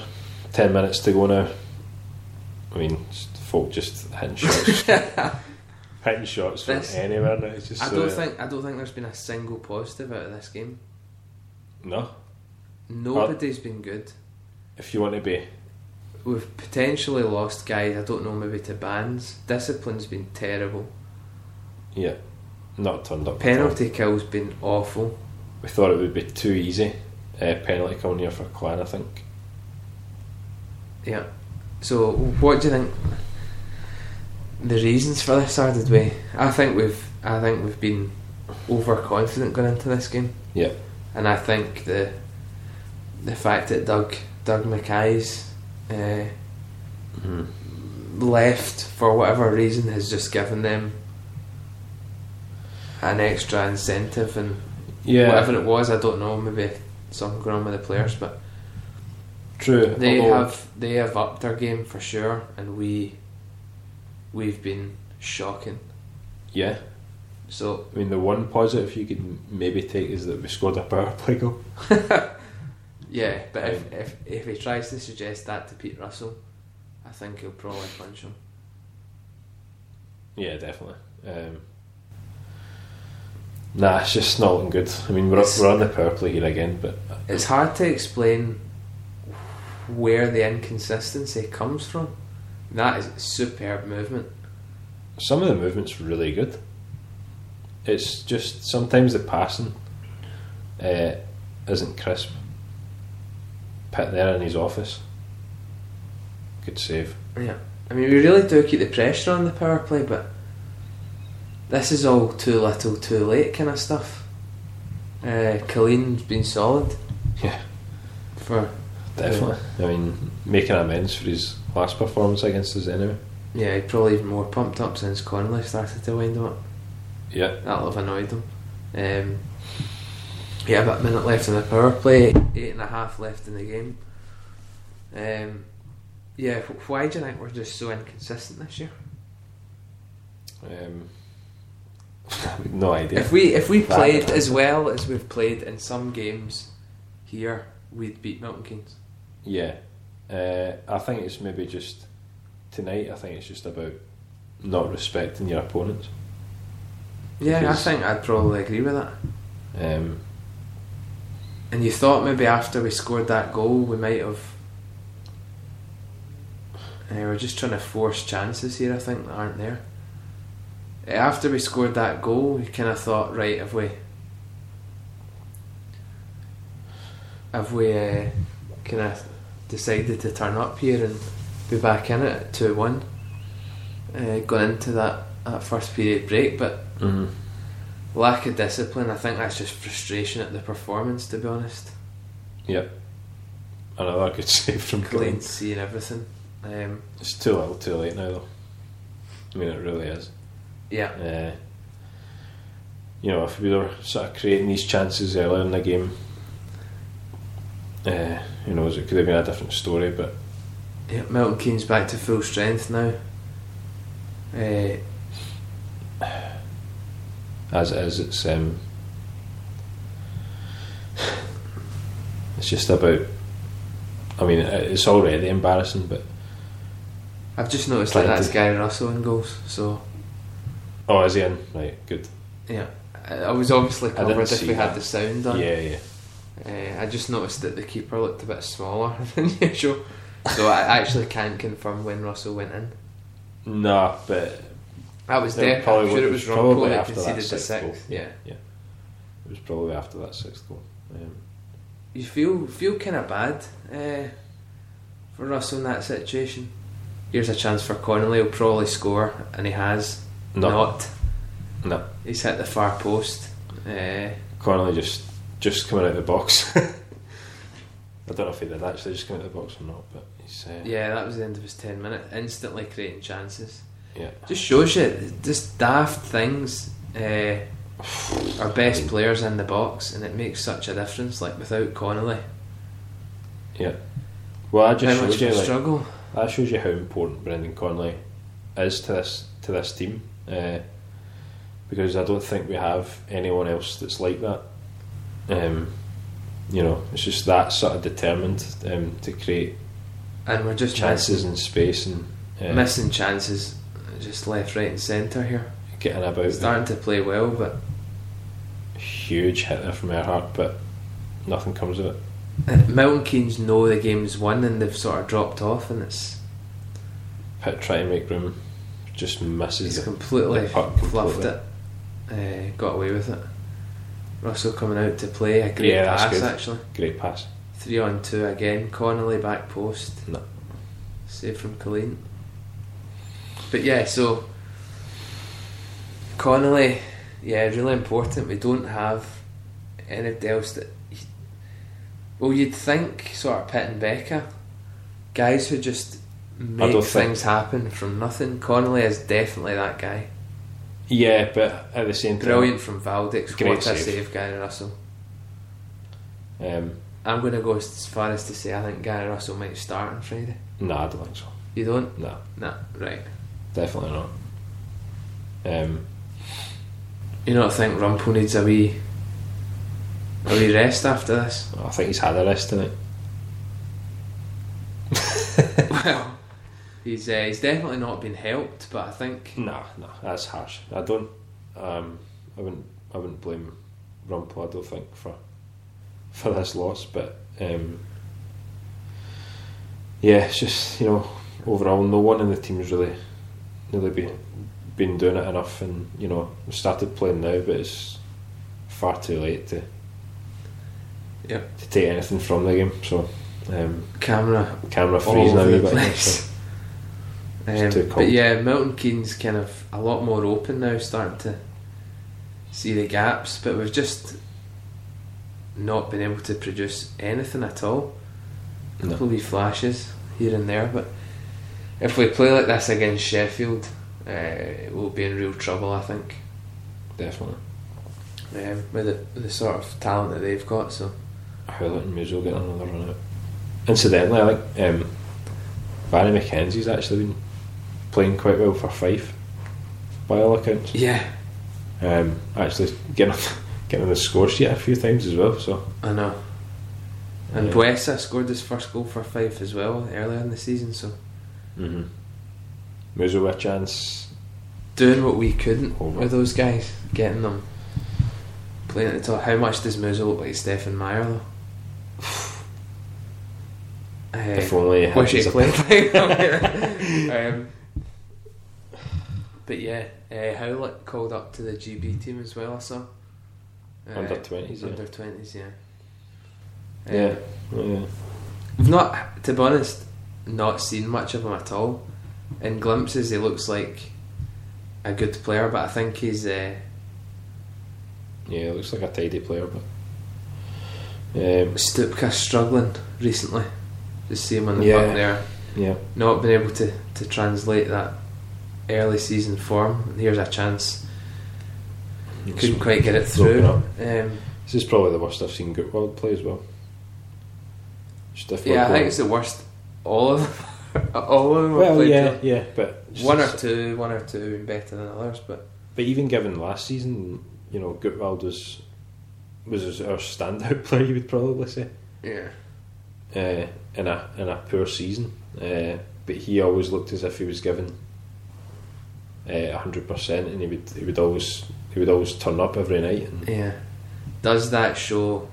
Ten minutes to go now. I mean, s- folk just hitting shots. hitting shots from
This-
anywhere now. It's just
I
so-
don't think I don't think there's been a single positive out of this game.
No.
Nobody's been good.
If you want to be.
We've potentially lost guys. I don't know, maybe to bans. Discipline's been terrible.
Yeah. Not turned up. at all.
Penalty kill's been awful.
We thought it would be too easy. Uh, penalty coming here for Clan, I think.
Yeah. So what do you think? The reasons for this are did we? I think we've I think we've been overconfident going into this game.
Yeah.
And I think the the fact that Doug Doug Mackay's uh,
Mm-hmm.
left for whatever reason has just given them an extra incentive and
Yeah.
whatever it was, I don't know, maybe something going on with the players, but
True.
they
although-
have they have upped their game for sure and we we've been shocking.
Yeah.
So
I mean, the one positive you could m- maybe take is that we scored a power play goal.
yeah, but if, if if he tries to suggest that to Pete Russell, I think he'll probably punch him.
Yeah, definitely. Um, nah, it's just not looking good. I mean, we're,
It's-
we're on the power play here again, but
It's hard to explain where the inconsistency comes from. That is superb movement.
some of the movement's really good. It's just sometimes the passing uh, isn't crisp. Pit there in his office. Good save.
Yeah. I mean, we really do keep the pressure on the power play, but this is all too little, too late kind of stuff. Uh, Colleen's been solid.
Yeah.
For
Definitely. I mean, making amends for his last performance against us anyway.
yeah, he's probably even more pumped up since Connolly started to wind him up.
Yeah.
That'll have annoyed him. Um, yeah, about a minute left in the power play, eight and a half left in the game. Um, yeah, wh- why do you think we're just so inconsistent this year?
Um, no idea.
If we if we
That-
played as well as we've played in some games here, we'd beat Milton Keynes.
Yeah, uh, I think it's maybe just tonight, I think it's just about not respecting your opponents.
Yeah, I
Because-
think I'd probably agree with that.
Um,
And you thought maybe after we scored that goal, we might have. Eh, we're just trying to force chances here, I think, that aren't there. Eh, After we scored that goal, you kind of thought, right, have we. Have we uh, kind of decided to turn up here and be back in it at 2 1? Uh, going into that, that first period break, but
Mm-hmm.
lack of discipline. I think that's just frustration at the performance, to be honest.
Another good save from Glenn.
Clean C and everything. Um,
It's too little, too late now, though. I mean, it really is.
yeah,
Uh, you know, if we were sort of creating these chances earlier in the game, uh, you know, it could have been a different story. But
yeah. Milton Keynes back to full strength now. Uh,
as it is, it's um, it's just about. I mean, it- it's already embarrassing, but
I've just noticed like that's
Plenty.
Gary Russell in goals. So
oh, is he in? Right, good.
yeah, I I was obviously
didn't
covered if
see
we
that.
had the sound on.
Yeah, yeah.
Uh, I just noticed that the keeper looked a bit smaller than usual. So I actually can't confirm when Russell went in.
Nah, but
That was
It
there.
probably
I'm sure
would-
it was
it was probably
Rumpole that
after that
conceded the
sixth goal.
sixth. Yeah.
It was probably after that sixth goal. Um,
you feel feel kind of bad uh, for Russell in that situation. Here's a chance for Connolly. He'll probably score, and he has
no,
not.
No.
he's hit the far post. Uh,
Connolly just just coming out of the box. I don't know if he did actually just come out of the box or not, but he's uh,
yeah, that was the end of his ten minutes. Instantly creating chances.
yeah.
Just shows you just daft things. Uh, our best players in the box, and it makes such a difference. Like without Connolly,
Well, I
how
just
much of
shows you
a
like,
struggle.
that shows you how important Brendan Connolly is to this to this team, uh, because I don't think we have anyone else that's like that. Um, you know, it's just that sort of determined um, to create
And we're just
chances and space and
missing,
uh,
missing chances, just left, right, and centre here.
getting about.
starting to play well, but
huge hit there from Earhart, but nothing comes of it.
Milton Keynes uh, know the game's won and they've sort of dropped off, and it's
Pitt trying to make room, just misses
he's
it.
completely
the puck
fluffed
completely.
it. Uh, got away with it. Russell coming out to play a great
Yeah, that's
pass
good.
actually.
Great pass.
Three on two again. Connolly back post.
No.
Save from Colleen. But yeah, so Connolly, yeah, really important. We don't have anybody else that. Well, you'd think sort of Pitt and Becker, guys who just make
don't
things
think-
happen from nothing. Connolly is definitely that guy.
Yeah, but at the same time,
Brilliant from Valdix.
Great
what a
save.
save, Gary Russell.
Um,
I'm going to go as far as to say I think Gary Russell might start on Friday.
no, I don't think so.
You don't?
No,
No, right.
definitely not. Um,
You don't think Rumpel needs a wee, a wee rest after this?
I think he's had a rest tonight.
well, he's uh, he's definitely not been helped, but I think
No, no, that's harsh. I don't. Um, I wouldn't. I wouldn't blame Rumpel. I don't think for for this loss, but um, yeah, it's just you know overall no one in the team's really really been been doing it enough, and you know we started playing now, but it's far too late to
Yeah.
to take anything from the game. So um,
camera
camera
all
freeze now.
over
a
the
bit,
place.
so
Um,
It's too
but
cold.
yeah, Milton Keynes kind of a lot more open now, starting to see the gaps. But we've just not been able to produce anything at all. A
No.
couple of wee flashes here and there, but if we play like this against Sheffield, uh, we'll be in real trouble. I think.
Definitely.
um, with the, with the sort of talent that they've got. So
Howlett and Musil getting another run out. Incidentally, I like um, Barry McKenzie's actually been playing quite well for Fife, by all accounts.
yeah,
Um, actually getting on, getting on the score sheet a few times as well. So
I know. And
Yeah.
Buesa scored his first goal for five as well earlier in the season. So
Mhm. Muzo with a chance.
doing what we couldn't
Over.
with those guys, getting them playing at the top. How much does Muzo look like Stefan Meyer though? Eh,
If only had
wish he
some-
played like him. um, but yeah, uh, Howlett called up to the GB team as well. I saw Uh,
Under 20s, yeah.
under twenties, yeah. Uh,
Yeah. yeah.
We've not, to be honest, not seen much of him at all. In glimpses, he looks like a good player, but I think he's uh,
Yeah, looks like a tidy player, but. Um,
Stupka struggling recently. Just see him on the
Yeah.
puck there,
yeah.
not been able to, to translate that early season form. And here's a chance. Couldn't quite get it
Broken
through.
up.
Um,
This is probably the worst I've seen Gutwald play as well. Stiff
yeah, I
work
think
on-
it's the worst. All of them, all of them have
Well,
played
yeah,
to-
yeah, but
One or two, one or two better than others, but
But even given last season, you know, Gutwald was was our standout player. You would probably say
yeah,
uh, in a in a poor season, uh, but he always looked as if he was given uh, hundred percent, and he would he would always he would always turn up every night. And
yeah. Does that show,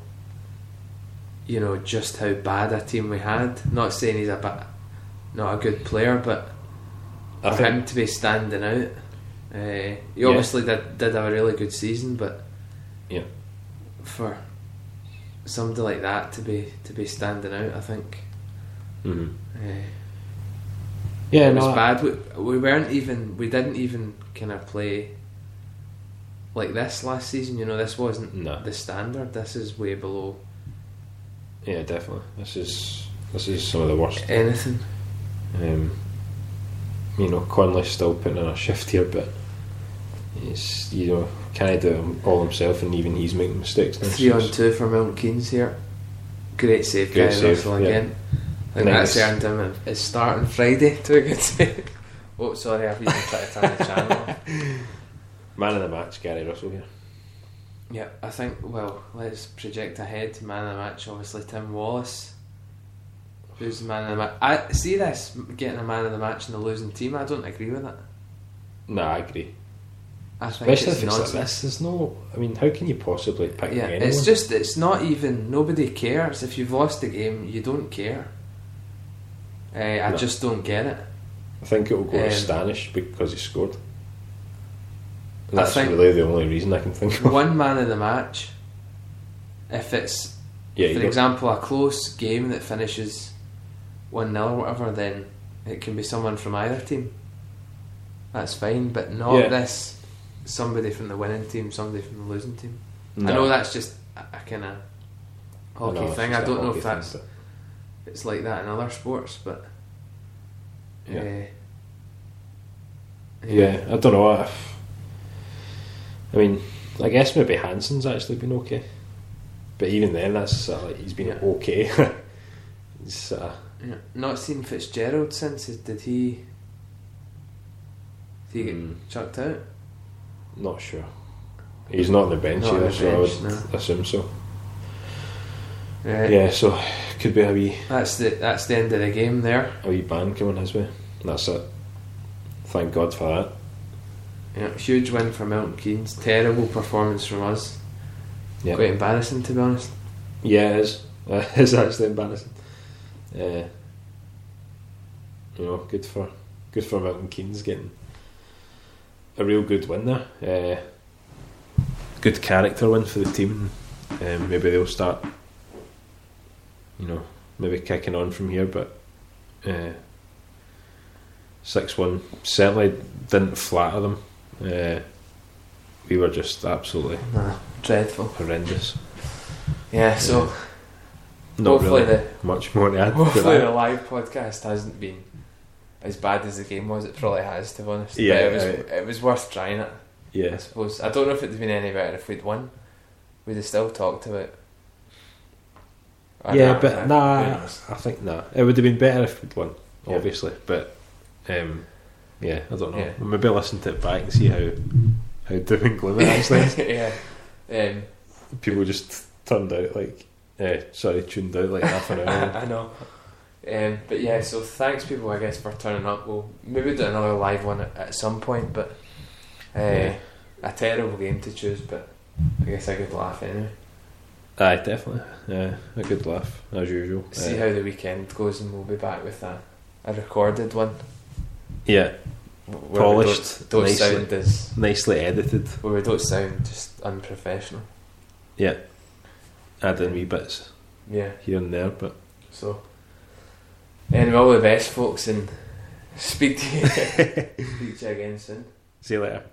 you know, just how bad a team we had? Not saying he's a ba- not a good player, but
I
for
think
him to be standing out. Uh, he
Yeah.
obviously did, did have a really good season, but
Yeah.
for somebody like that to be to be standing out, I think
Mhm.
uh,
yeah,
it was
no, I-
bad. We, we weren't even we didn't even kind of play like this last season. You know, this wasn't
No.
the standard. This is way below
yeah, definitely. This is this is some of the worst.
anything.
Um, you know, Conley's still putting in a shift here, but he's you know can't do it all himself, and even he's making mistakes. Now,
Three
so
on
it's-
two for Milton Keynes here. Great save,
Great
Gary
save,
Russell
yeah.
again. I think
Nice.
that's earned him his start on Friday to a good save. Oh, sorry, I've even tried to turn the channel. off.
Man of the match, Gary Russell here.
Yeah, I think. Well, let's project ahead. Man of the match, obviously Tim Wallace. Who's the man of the match? I see this getting a man of the match in the losing team. I don't agree with it.
Nah, I agree.
I think
Especially
it's
if it's like
nonsense.
this. There's no. I mean, how can you possibly pick
yeah,
anyone?
it's just it's not even nobody cares. If you've lost the game, you don't care. Uh, I
No.
just don't get it.
I think it will go
um,
to Stanish because he scored. And
I
That's
think-
really the only reason I can think of.
one man of the match. If it's,
Yeah, you
for
don't-
example, a close game that finishes 1 0 or whatever, then it can be someone from either team. That's fine, but not
Yeah.
this somebody from the winning team, somebody from the losing team.
No.
I know that's just a, a kind of
I know,
hockey
it's
thing.
just
I
a
don't know
hockey
if
thing,
that's it's like that in other sports, but.
but- yeah.
eh,
Yeah, I don't know. I, I mean, I guess maybe Hansen's actually been okay, but even then, that's uh, like he's been
Yeah.
okay. it's, uh,
Yeah. Not seen Fitzgerald since. is- Did he? Did he get
Mm.
chucked out?
not sure. He's not on the bench
Not on
either,
the
so I
bench,
would
no.
assume so.
Right.
Yeah, so could be a wee
That's the that's the end of the game there.
a wee ban coming his way. That's it. Thank God for that.
Yeah. Huge win for Milton Keynes. Terrible performance from us.
Yeah,
Quite embarrassing to be honest.
yeah, it is. it's actually embarrassing. Uh, you know, good for good for Milton Keynes getting a real good win there. Uh, good character win for the team. Um, maybe they'll start, you know, maybe kicking on from here. But uh, six one certainly didn't flatter them. Uh, we were just absolutely
Nah, dreadful.
horrendous.
Yeah. So
Not
hopefully
really much more to
the
add to
hopefully
that.
the live podcast hasn't been as bad as the game was. It probably has to be honest. But
Yeah,
it was
right.
it was worth trying it. I
Yes.
suppose. I don't know if it'd have been any better if we'd won. We'd have still talked about. I
yeah,
don't
but
know.
nah,
Yeah.
I think nah. It would have been better if we'd won,
Yeah.
obviously. But um, yeah, I don't know.
Yeah.
Maybe listen to it back and see how how doom and gloom it actually. is.
yeah. Um,
People just turned out like, eh, sorry, tuned out like half an hour.
I know. Um, but yeah, so thanks people, I guess, for turning up. We'll maybe do another live one at, at some point, but uh,
Yeah.
a terrible game to choose, but I guess a good laugh anyway.
Aye, definitely. Yeah, a good laugh as usual.
See
Uh,
how the weekend goes, and we'll be back with a, a recorded one.
yeah,
where we don't-
polished,
don't
nicely,
sound as
nicely edited.
where we don't sound just unprofessional.
Add in wee bits
Yeah.
here and there, but
So anyway, all the best, folks, and speak to you, speak to you again soon.
see you later.